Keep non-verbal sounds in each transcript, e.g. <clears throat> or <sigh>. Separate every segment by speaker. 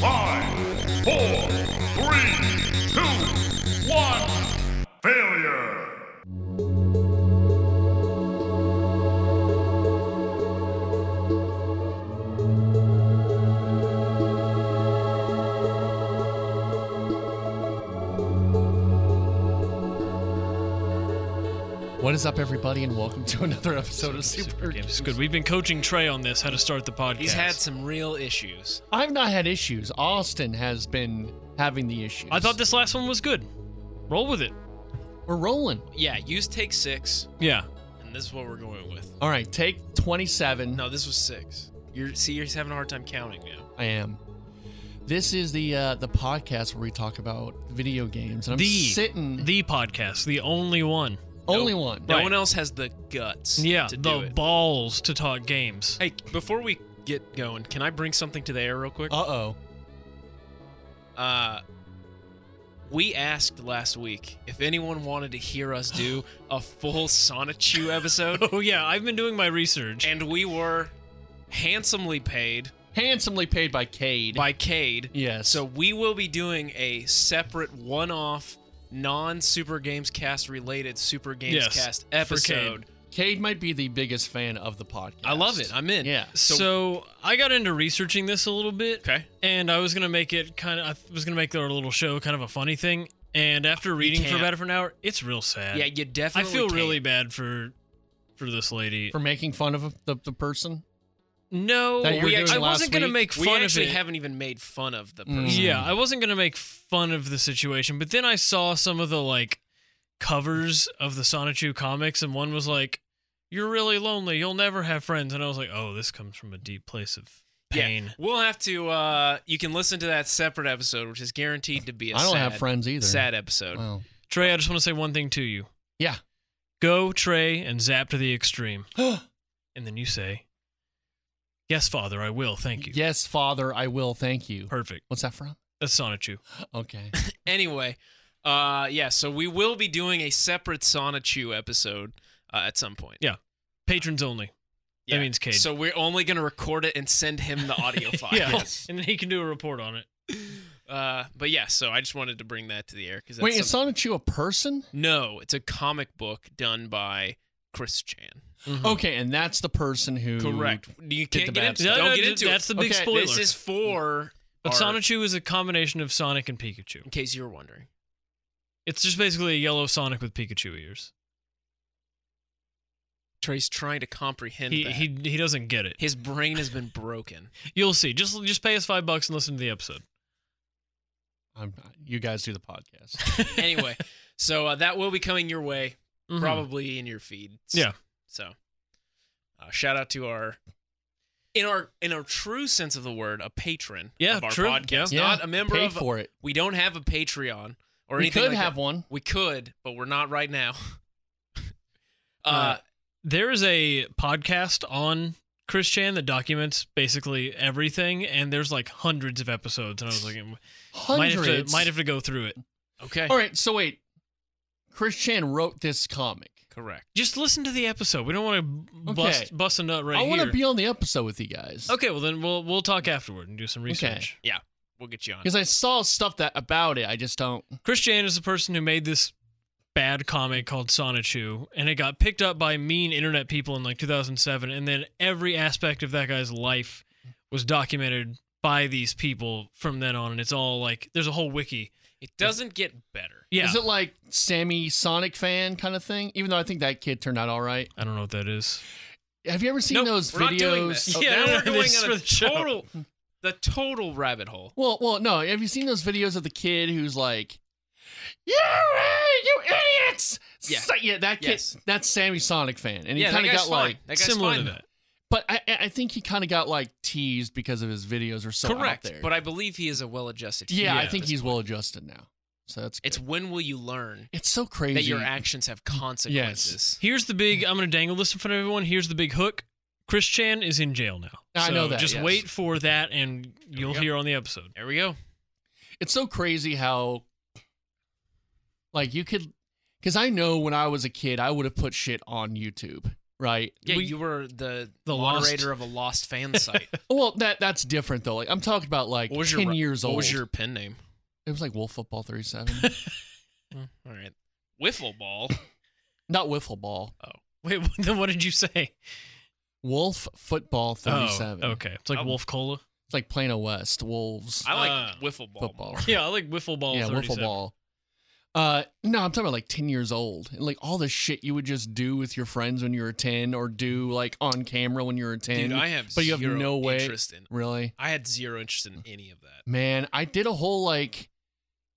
Speaker 1: Five, four, three, two, one. Failure.
Speaker 2: What is up, everybody, and welcome to <laughs> another episode of Super, Games.
Speaker 3: It's good. We've been coaching Trey on this, how to start the podcast.
Speaker 4: He's had some real issues.
Speaker 2: I've not had issues. Austin has been having the issues.
Speaker 3: I thought this last one was good. Roll with it.
Speaker 2: we're rolling.
Speaker 4: Yeah, use take six,
Speaker 3: Yeah.
Speaker 4: and this is what we're going with.
Speaker 2: All right, take twenty-seven.
Speaker 4: No, this was six. You're see, you're having a hard time counting now.
Speaker 2: I am. This is the uh, the podcast where we talk about video games, and I'm
Speaker 3: the
Speaker 2: sitting
Speaker 3: the podcast, the only one.
Speaker 2: only
Speaker 4: no,
Speaker 2: one.
Speaker 4: No
Speaker 3: Right.
Speaker 4: one else has the guts.
Speaker 3: Yeah,
Speaker 4: to do
Speaker 3: the
Speaker 4: it.
Speaker 3: balls to talk games.
Speaker 4: hey, before we get going, can I bring something to the air real quick?
Speaker 2: Uh oh.
Speaker 4: Uh, we asked last week if anyone wanted to hear us do a full Sonichu episode,
Speaker 3: <laughs> Oh yeah, I've been doing my research.
Speaker 4: and we were handsomely paid
Speaker 2: Handsomely paid by Cade.
Speaker 4: by Cade.
Speaker 2: yes.
Speaker 4: So we will be doing a separate one-off non-Super Games Cast related Super Games
Speaker 3: Yes,
Speaker 4: Cast
Speaker 3: for
Speaker 4: episode.
Speaker 2: Cade might be the biggest fan of the podcast.
Speaker 4: I love it. I'm in.
Speaker 2: Yeah.
Speaker 3: so, I got into researching this a little bit,
Speaker 4: Okay.
Speaker 3: and I was gonna make it kind of. I was gonna make our little show kind of a funny thing. And after reading for
Speaker 4: can't.
Speaker 3: about an hour, it's real sad.
Speaker 4: Yeah, you
Speaker 3: I
Speaker 4: definitely
Speaker 3: feel
Speaker 4: can.
Speaker 3: really bad for for this lady.
Speaker 2: For making fun of the, the person.
Speaker 3: no,
Speaker 2: That you were
Speaker 3: we
Speaker 2: doing
Speaker 3: actually- I
Speaker 2: last
Speaker 3: wasn't gonna
Speaker 2: week?
Speaker 3: make
Speaker 4: We
Speaker 3: fun of
Speaker 4: actually
Speaker 3: it.
Speaker 4: haven't even made fun of the
Speaker 2: Mm.
Speaker 4: person.
Speaker 3: yeah, I wasn't gonna make fun of the situation, but then I saw some of the like covers of the Sonichu comics, and one was like, "You're really lonely. You'll never have friends." And I was like, "Oh, this comes from a deep place of
Speaker 4: Yeah.
Speaker 3: pain."
Speaker 4: We'll have to uh you can listen to that separate episode, which is guaranteed to be a
Speaker 2: I don't
Speaker 4: sad,
Speaker 2: have friends either.
Speaker 4: sad episode. <gasps>
Speaker 2: Wow.
Speaker 3: Trey, I just want to say one thing to you.
Speaker 2: Yeah.
Speaker 3: Go, Trey, and zap to the extreme. and then you say, Yes, Father, I will. Thank you.
Speaker 2: Yes, Father, I will. Thank you.
Speaker 3: Perfect.
Speaker 2: What's that from?
Speaker 3: That's Sonichu.
Speaker 4: <laughs>
Speaker 2: Okay.
Speaker 4: Anyway, uh yeah, so we will be doing a separate Sonichu episode uh, at some point.
Speaker 3: Patrons
Speaker 4: <laughs>
Speaker 3: only. That means Cade.
Speaker 4: So we're only gonna record it and send him the
Speaker 3: <laughs>
Speaker 4: audio file.
Speaker 3: yeah. And then he can do a report on it.
Speaker 4: Uh, but yeah, so I just wanted to bring that to the air because
Speaker 2: Wait, is Sonichu a person?
Speaker 4: no, it's a comic book done by Chris Chan.
Speaker 3: Oh,
Speaker 2: Okay, and that's the person who.
Speaker 4: Hmm. Correct. You
Speaker 2: Get the
Speaker 4: can't get
Speaker 2: bad
Speaker 4: into.
Speaker 3: stuff.
Speaker 4: Mm-hmm. Don't
Speaker 3: No, no,
Speaker 4: get into.
Speaker 3: that's
Speaker 4: it.
Speaker 3: the big
Speaker 4: Okay,
Speaker 3: spoiler.
Speaker 4: This is for.
Speaker 3: But
Speaker 4: our-
Speaker 3: Sonichu is a combination of Sonic and Pikachu.
Speaker 4: in case you were wondering.
Speaker 3: It's just basically a yellow Sonic with Pikachu ears.
Speaker 4: Trey's trying to comprehend
Speaker 3: He,
Speaker 4: that.
Speaker 3: he he doesn't get it.
Speaker 4: His brain has been broken.
Speaker 3: <laughs> You'll see. Just just pay us five bucks and listen to the episode.
Speaker 2: I'm, you guys do the podcast.
Speaker 4: <laughs> anyway, so uh, that will be coming your way,
Speaker 3: Mhm.
Speaker 4: probably in your feed.
Speaker 3: Yeah.
Speaker 4: So, uh, shout out to our. In our in our true sense of the word, a patron
Speaker 3: Yeah,
Speaker 4: of our
Speaker 3: true.
Speaker 4: podcast,
Speaker 2: Yeah,
Speaker 4: not a member
Speaker 2: paid
Speaker 4: of
Speaker 2: for it.
Speaker 4: We don't have a Patreon or
Speaker 2: we
Speaker 4: anything.
Speaker 2: could
Speaker 4: like
Speaker 2: have
Speaker 4: that.
Speaker 2: one.
Speaker 4: We could, but we're not right now. <laughs> uh,
Speaker 3: Uh, there is a podcast on Chris Chan that documents basically everything, and there's like hundreds of episodes. And I was like, might have,
Speaker 2: Hundreds.
Speaker 3: to, might have to go through it.
Speaker 4: okay.
Speaker 2: All right, so wait. Chris Chan wrote this comic.
Speaker 4: Correct.
Speaker 3: Just listen to the episode. We don't want to bust
Speaker 2: Okay.
Speaker 3: bust a nut right
Speaker 2: I want
Speaker 3: here.
Speaker 2: to be on the episode with you guys.
Speaker 3: okay, well then we'll we'll talk afterward and do some research.
Speaker 4: We'll get you on.
Speaker 2: Because I saw stuff that about it. I just don't.
Speaker 3: Chris Chan is the person who made this bad comic called Sonichu, and it got picked up by mean internet people in like 2007, and then every aspect of that guy's life was documented by these people from then on, and it's all like there's a whole wiki.
Speaker 4: It doesn't get better.
Speaker 3: Yeah,
Speaker 2: Is it like Sammy Sonic fan kind of thing? Even though I think that kid turned out all right.
Speaker 3: I don't know what that is.
Speaker 2: Have you ever seen
Speaker 4: Nope,
Speaker 2: those
Speaker 4: we're
Speaker 2: videos? Oh,
Speaker 4: not doing <laughs> this.
Speaker 3: Yeah, no,
Speaker 4: now we're
Speaker 3: no,
Speaker 2: <laughs>
Speaker 4: going
Speaker 3: this is
Speaker 4: on a
Speaker 3: for the show.
Speaker 4: total, the total rabbit hole.
Speaker 2: Well, well, no. Have you seen those videos of the kid who's like, "Yeah, right, you idiots!"
Speaker 4: Yeah.
Speaker 2: So- yeah, that kid.
Speaker 4: Yes.
Speaker 2: That's Sammy Sonic fan, and he
Speaker 4: yeah,
Speaker 2: kind
Speaker 4: that
Speaker 2: of
Speaker 4: guy's
Speaker 2: got
Speaker 4: fine.
Speaker 2: like,
Speaker 4: that guy's
Speaker 3: Similar
Speaker 4: fine,
Speaker 3: to
Speaker 4: though.
Speaker 3: that.
Speaker 2: but I, I think he kind of got like teased because of his videos or so out
Speaker 4: Correct.
Speaker 2: there.
Speaker 4: But I believe he is a well-adjusted.
Speaker 2: yeah,
Speaker 4: human
Speaker 2: I
Speaker 4: at
Speaker 2: think
Speaker 4: this
Speaker 2: he's
Speaker 4: point.
Speaker 2: well adjusted now. So that's good.
Speaker 4: It's when will you learn
Speaker 2: it's so crazy
Speaker 4: that your actions have consequences?
Speaker 3: Here's the big. I'm going to dangle this in front of everyone. Here's the big hook. Chris Chan is in jail now.
Speaker 2: I
Speaker 3: So
Speaker 2: know that,
Speaker 3: Just
Speaker 2: yes.
Speaker 3: wait for that, and
Speaker 4: we
Speaker 3: you'll
Speaker 4: go.
Speaker 3: hear on the episode. <laughs>
Speaker 4: There we go.
Speaker 2: it's so crazy how like you could because I know when I was a kid I would have put shit on YouTube, right?
Speaker 4: Yeah,
Speaker 3: We-
Speaker 4: you were the,
Speaker 3: The
Speaker 4: moderator of a lost
Speaker 2: <laughs>
Speaker 4: fan site.
Speaker 2: Well, that that's different though. Like I'm talking about like
Speaker 4: What was your
Speaker 2: ten
Speaker 4: ru-
Speaker 2: years
Speaker 4: what
Speaker 2: old.
Speaker 4: was your pen name?
Speaker 2: It was like Wolf Football 37,
Speaker 4: Oh, all right. Wiffle ball.
Speaker 2: <laughs> not Wiffle Ball.
Speaker 3: Wait, what- then what did <laughs> you say?
Speaker 2: Wolf Football 37.
Speaker 3: Oh, okay. It's like
Speaker 4: Um,
Speaker 3: Wolf Cola.
Speaker 2: It's like Plano West Wolves
Speaker 4: I like
Speaker 3: Ah.
Speaker 4: wiffle ball.
Speaker 2: football.
Speaker 4: more.
Speaker 3: Yeah, I like Wiffle Ball.
Speaker 2: <laughs> yeah,
Speaker 3: 37.
Speaker 2: wiffle ball. Uh, no, I'm talking about like 10 years old, and like all the shit you would just do with your friends when you were 10, or do like on camera when you were 10.
Speaker 4: Dude, I have
Speaker 2: but you
Speaker 4: zero
Speaker 2: have no way-
Speaker 4: interest in.
Speaker 2: really,
Speaker 4: I had zero interest in any of that.
Speaker 2: man, I did a whole like,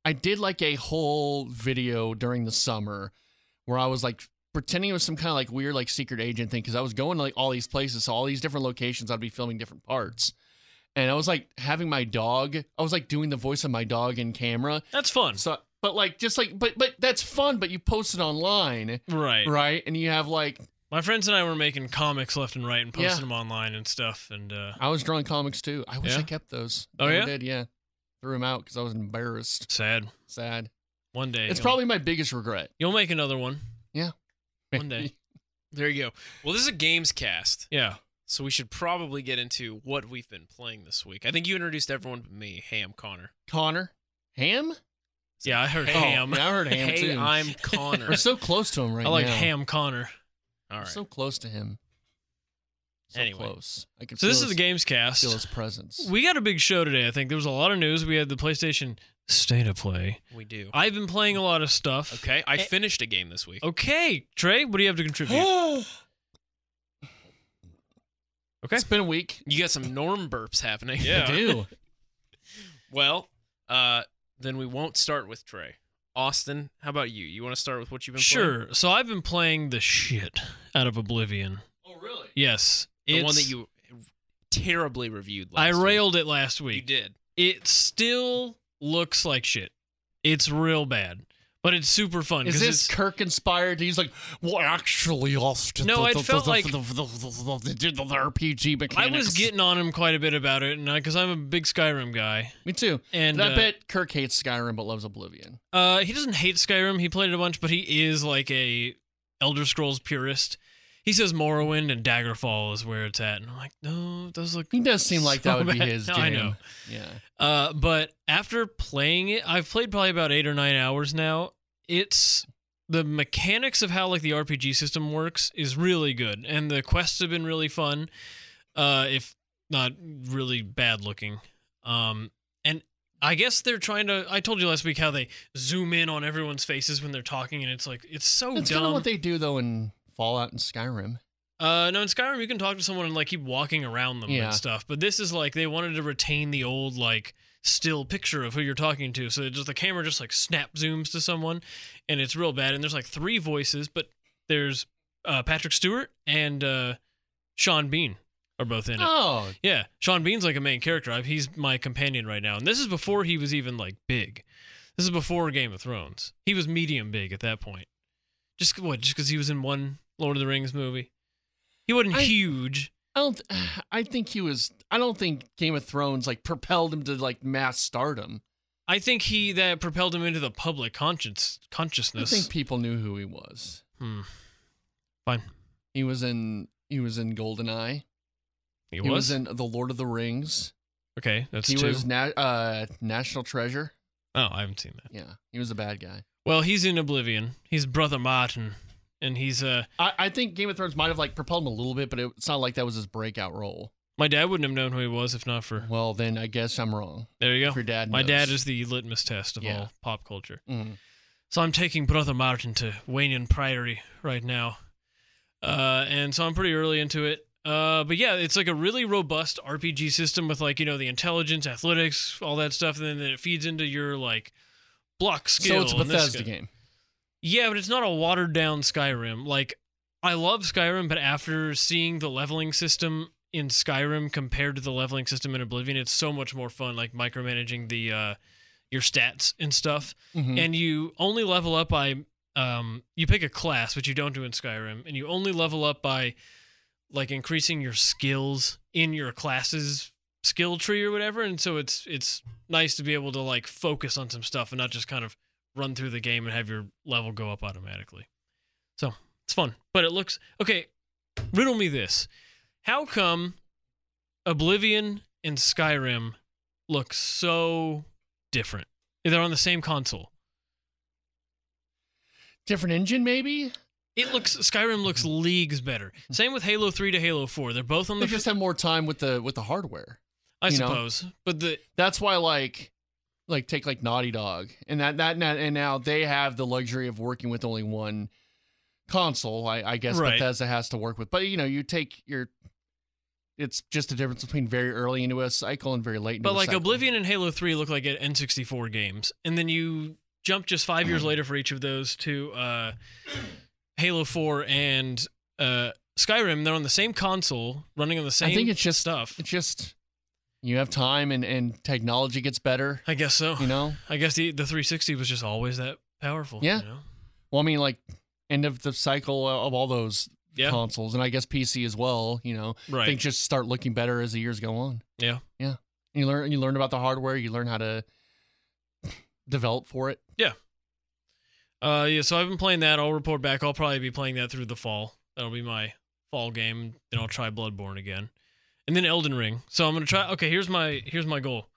Speaker 2: I did like a whole video during the summer where I was like pretending it was some kind of like weird like secret agent thing because I was going to like all these places, so all these different locations, I'd be filming different parts. And I was like having my dog, I was like doing the voice of my dog in camera.
Speaker 3: That's fun.
Speaker 2: So, but like, just like, but but that's fun. But you post it online,
Speaker 3: Right.
Speaker 2: right? And you have like,
Speaker 3: My friends and I were making comics left and right and posting
Speaker 2: Yeah.
Speaker 3: them online and stuff. And uh,
Speaker 2: I was drawing comics too. I wish I
Speaker 3: Yeah?
Speaker 2: kept those.
Speaker 3: Oh,
Speaker 2: Never
Speaker 3: yeah?
Speaker 2: did yeah. Threw them out because I was embarrassed.
Speaker 3: sad.
Speaker 2: Sad.
Speaker 3: One day.
Speaker 2: It's
Speaker 3: you'll-
Speaker 2: probably my biggest regret.
Speaker 3: You'll make another one.
Speaker 2: Yeah.
Speaker 3: One day.
Speaker 4: There you go. Well, this is a games cast,
Speaker 3: Yeah.
Speaker 4: so we should probably get into what we've been playing this week. I think you introduced everyone but me. Hey, I'm Connor.
Speaker 2: Connor, ham,
Speaker 3: Yeah, I heard
Speaker 4: Hey,
Speaker 3: ham.
Speaker 2: Oh, yeah, I heard ham
Speaker 4: Hey,
Speaker 2: too. <laughs>
Speaker 4: I'm Connor.
Speaker 2: We're so close to him right
Speaker 3: I like
Speaker 2: now.
Speaker 3: ham Connor.
Speaker 2: We're
Speaker 4: All right.
Speaker 2: So close to him. So
Speaker 4: Anyway.
Speaker 2: close. I can
Speaker 3: So
Speaker 2: feel
Speaker 3: this is the
Speaker 2: his-
Speaker 3: games
Speaker 2: Feel
Speaker 3: cast.
Speaker 2: his presence.
Speaker 3: We got a big show today. I think there was a lot of news. We had the PlayStation State of Play.
Speaker 4: We do.
Speaker 3: I've been playing a lot of stuff.
Speaker 4: Okay. I finished a game this
Speaker 3: oh,
Speaker 4: week.
Speaker 3: Okay, Trey, what do you have to
Speaker 2: Oh,
Speaker 3: contribute?
Speaker 2: <gasps>
Speaker 3: Okay.
Speaker 2: It's been a week.
Speaker 4: You got some norm burps
Speaker 3: <laughs>
Speaker 4: happening.
Speaker 3: Yeah.
Speaker 2: I do.
Speaker 4: Well, uh, then we won't start with Trey. Austin, how about you? You want to start with what you've been playing?
Speaker 3: Sure. So I've been playing the shit out of Oblivion.
Speaker 2: Oh really?
Speaker 3: Yes.
Speaker 4: The one
Speaker 3: it's-
Speaker 4: that you terribly reviewed
Speaker 3: I
Speaker 4: last
Speaker 3: railed it last
Speaker 4: week.
Speaker 3: week.
Speaker 4: You did.
Speaker 3: It still looks like shit. It's real bad, but it's super fun.
Speaker 2: Is
Speaker 3: 'cause
Speaker 2: this
Speaker 3: it's-
Speaker 2: Kirk inspired? He's like, well, actually, Austin.
Speaker 3: No, it felt like-
Speaker 2: the, the, the, the, the RPG
Speaker 3: I
Speaker 2: mechanics.
Speaker 3: was getting on him quite a bit about it, and because I'm a big Skyrim guy,
Speaker 2: me too.
Speaker 3: and
Speaker 2: And I
Speaker 3: uh,
Speaker 2: bet Kirk hates Skyrim but loves Oblivion.
Speaker 3: Uh, he doesn't hate Skyrim. He played it a bunch, but he is like a Elder Scrolls purist. He says Morrowind and Daggerfall is where it's at, and I'm like, no, those look.
Speaker 2: He
Speaker 3: <laughs>
Speaker 2: does seem like that
Speaker 3: so
Speaker 2: would be
Speaker 3: bad.
Speaker 2: his
Speaker 3: No,
Speaker 2: jam.
Speaker 3: I know.
Speaker 2: Yeah.
Speaker 3: Uh, but after playing it, I've played probably about eight or nine hours now. It's the mechanics of how like the RPG system works is really good, and the quests have been really fun, uh, if not really bad looking. Um, and I guess they're trying to. I told you last week how they zoom in on everyone's faces when they're talking, and it's like it's so
Speaker 2: That's kind of
Speaker 3: dumb.
Speaker 2: what they do though in Fallout and Skyrim.
Speaker 3: Uh, no, in Skyrim you can talk to someone and like keep walking around them
Speaker 2: Yeah.
Speaker 3: and stuff. But this is like they wanted to retain the old like still picture of who you're talking to, so it just the camera just like snap zooms to someone, and it's real bad. And there's like three voices, but there's uh, Patrick Stewart and uh, Sean Bean are both in it.
Speaker 2: Oh,
Speaker 3: Yeah, Sean Bean's like a main character. I, he's my companion right now, and this is before he was even like big. This is before Game of Thrones. He was medium big at that point. Just what? Just because he was in one Lord of the Rings movie, he wasn't
Speaker 2: I-
Speaker 3: huge.
Speaker 2: I don't.
Speaker 3: Mm.
Speaker 2: <sighs> I think he was. I don't think Game of Thrones like propelled him to like mass stardom.
Speaker 3: I think he that propelled him into the public conscience
Speaker 2: I
Speaker 3: consciousness.
Speaker 2: think people knew who he was.
Speaker 3: Hmm. Fine.
Speaker 2: He was in. He was in Goldeneye.
Speaker 3: He,
Speaker 2: he
Speaker 3: was.
Speaker 2: was in The Lord of the Rings.
Speaker 3: okay, that's
Speaker 2: he
Speaker 3: two.
Speaker 2: was na- uh, National Treasure.
Speaker 3: oh, I haven't seen that.
Speaker 2: Yeah, he was a bad guy.
Speaker 3: Well, he's in Oblivion. He's brother Martin, and he's uh.
Speaker 2: I, I think Game of Thrones might have like propelled him a little bit, but it, it's not like that was his breakout role.
Speaker 3: My dad wouldn't have known who he was if not for.
Speaker 2: Well, then I guess I'm wrong.
Speaker 3: There you go.
Speaker 2: If your dad.
Speaker 3: My
Speaker 2: knows.
Speaker 3: dad is the litmus test of
Speaker 2: Yeah.
Speaker 3: all pop culture.
Speaker 2: Mm.
Speaker 3: So I'm taking Brother Martin to Waynian Priory right now. Uh, and so I'm pretty early into it. Uh, but yeah, it's like a really robust RPG system with like, you know, the intelligence, athletics, all that stuff. And then it feeds into your like block
Speaker 2: So
Speaker 3: skill.
Speaker 2: it's a
Speaker 3: and this
Speaker 2: Bethesda
Speaker 3: skill.
Speaker 2: game.
Speaker 3: Yeah, but it's not a watered down Skyrim. Like, I love Skyrim, but after seeing the leveling system in Skyrim compared to the leveling system in Oblivion, it's so much more fun. Like micromanaging the uh, your stats and stuff,
Speaker 2: Mhm.
Speaker 3: and you only level up by um, you pick a class, which you don't do in Skyrim, and you only level up by like increasing your skills in your classes skill tree or whatever, and so it's it's nice to be able to like focus on some stuff and not just kind of run through the game and have your level go up automatically. So it's fun, but it looks okay. Riddle me this: How come Oblivion and Skyrim look so different? They're on the same console.
Speaker 2: Different engine, maybe.
Speaker 3: It looks Skyrim looks leagues better. Same with Halo Three to Halo Four. They're both on
Speaker 2: They
Speaker 3: the
Speaker 2: just have more time with the with the hardware.
Speaker 3: I
Speaker 2: you know.
Speaker 3: suppose, but the
Speaker 2: That's why, like, like take like Naughty Dog, and that that and that- and now they have the luxury of working with only one console. I, I guess
Speaker 3: Right.
Speaker 2: Bethesda has to work with, but you know, you take your. It's just the difference between very early into a cycle and very late. Into
Speaker 3: But
Speaker 2: a
Speaker 3: like
Speaker 2: cycle.
Speaker 3: Oblivion and Halo 3 look like N64 games. And then you jump just five years later for each of those to uh, Halo 4 and uh, Skyrim. They're on the same console, running on the same
Speaker 2: I think it's just
Speaker 3: stuff.
Speaker 2: It's just you have time and and technology gets better.
Speaker 3: I guess so.
Speaker 2: You know.
Speaker 3: I guess the, the 360 was just always that powerful.
Speaker 2: Yeah.
Speaker 3: You know?
Speaker 2: Well, I mean, like end of the cycle of all those
Speaker 3: Yeah.
Speaker 2: consoles, and I guess PC as well. You know,
Speaker 3: Right.
Speaker 2: things just start looking better as the years go on.
Speaker 3: Yeah.
Speaker 2: yeah. You learn you learn about the hardware. You learn how to develop for it.
Speaker 3: Uh, yeah, so I've been playing that. I'll report back. I'll probably be playing that through the fall. That'll be my fall game. Then I'll try Bloodborne again, and then Elden Ring. So I'm gonna try. Okay, here's my here's my goal: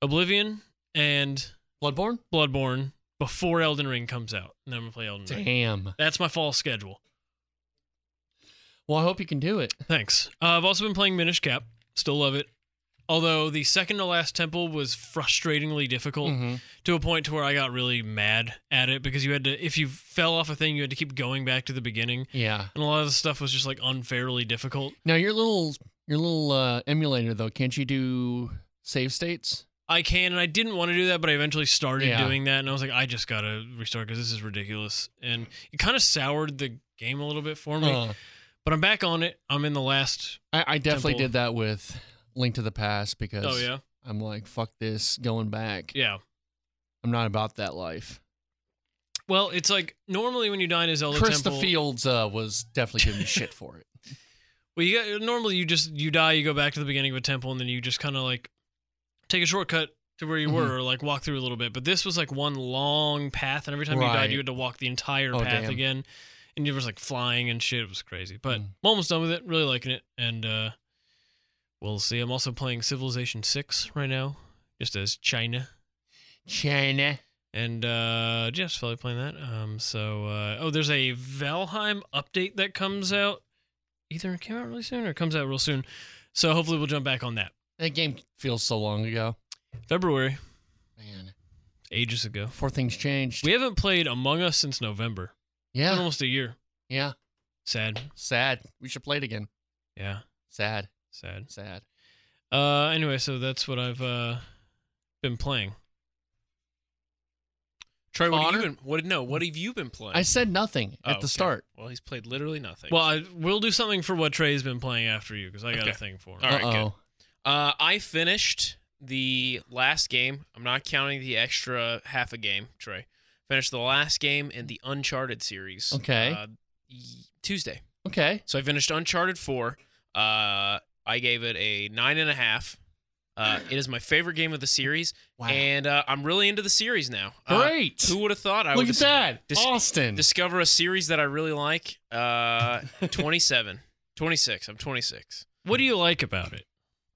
Speaker 3: Oblivion and
Speaker 2: Bloodborne.
Speaker 3: Bloodborne before Elden Ring comes out, and then I'm gonna play Elden Ring.
Speaker 2: Damn.
Speaker 3: That's my fall schedule.
Speaker 2: Well, I hope you can do it.
Speaker 3: Thanks. Uh, I've also been playing Minish Cap. Still love it. Although the second to last temple was frustratingly difficult.
Speaker 2: Mhm.
Speaker 3: to a point to where I got really mad at it because you had to if you fell off a thing you had to keep going back to the beginning
Speaker 2: Yeah.
Speaker 3: and a lot of the stuff was just like unfairly difficult.
Speaker 2: Now your little your little uh, emulator though, can't you do save states?
Speaker 3: I can and I didn't want to do that but I eventually started
Speaker 2: Yeah.
Speaker 3: doing that and I was like I just got to restart cuz this is ridiculous and it kind of soured the game a little bit for me.
Speaker 2: Uh,
Speaker 3: But I'm back on it. I'm in the last
Speaker 2: I, I definitely
Speaker 3: Temple.
Speaker 2: did that with Link to the Past because
Speaker 3: Oh yeah.
Speaker 2: I'm like, fuck this, going back.
Speaker 3: Yeah.
Speaker 2: I'm not about that life.
Speaker 3: Well, it's like normally when you die in a Zelda
Speaker 2: Chris
Speaker 3: temple,
Speaker 2: the Fields uh, was definitely giving
Speaker 3: <laughs>
Speaker 2: me shit for it.
Speaker 3: Well, you got, normally you just you die, you go back to the beginning of a temple, and then you just kind of like take a shortcut to where you
Speaker 2: Mhm.
Speaker 3: were, or like walk through a little bit. But this was like one long path, and every time you died,
Speaker 2: Right.
Speaker 3: you had to walk the entire
Speaker 2: Oh,
Speaker 3: path
Speaker 2: damn.
Speaker 3: again, and you was like flying and shit. It was crazy, but
Speaker 2: Mm.
Speaker 3: I'm almost done with it. Really liking it, and uh we'll see. I'm also playing Civilization Six right now, just as China.
Speaker 2: China.
Speaker 3: And uh Jeff's probably playing that. Um so uh oh there's a Valheim update that comes out either it came out really soon or it comes out real soon. So hopefully we'll jump back on that.
Speaker 2: That game feels so long ago.
Speaker 3: February,
Speaker 2: Man,
Speaker 3: ages ago.
Speaker 2: before things changed.
Speaker 3: We haven't played Among Us since November. It's been
Speaker 2: yeah,
Speaker 3: almost a year.
Speaker 2: yeah.
Speaker 3: Sad.
Speaker 2: Sad. We should play it again.
Speaker 3: Yeah.
Speaker 2: Sad.
Speaker 3: Sad.
Speaker 2: Sad.
Speaker 3: Uh anyway, so that's what I've uh been playing.
Speaker 4: Troy, what have you
Speaker 2: Honor?
Speaker 4: been? What no? What have you been playing?
Speaker 2: I said nothing
Speaker 4: Oh,
Speaker 2: at
Speaker 4: okay.
Speaker 2: the start.
Speaker 4: Well, he's played literally nothing.
Speaker 3: Well, I, we'll do something for what Trey's been playing after you because I got a
Speaker 4: Okay.
Speaker 3: thing for him.
Speaker 4: All right, good.
Speaker 2: Uh-oh.
Speaker 4: Uh, I finished the last game. I'm not counting the extra half a game, Trey. Finished the last game in the Uncharted series.
Speaker 2: Okay.
Speaker 4: Uh, y- Tuesday.
Speaker 2: Okay.
Speaker 4: So I finished Uncharted 4. Uh, I gave it a nine and a half. Uh, it is my favorite game of the series,
Speaker 2: Wow.
Speaker 4: and uh, I'm really into the series now. Uh,
Speaker 2: Great.
Speaker 4: who would have thought I
Speaker 2: Look at
Speaker 4: would dis-
Speaker 2: that.
Speaker 4: dis-
Speaker 2: Austin.
Speaker 4: discover a series that I really like? Uh, <laughs> 27, 26. I'm 26.
Speaker 3: What do you like about it?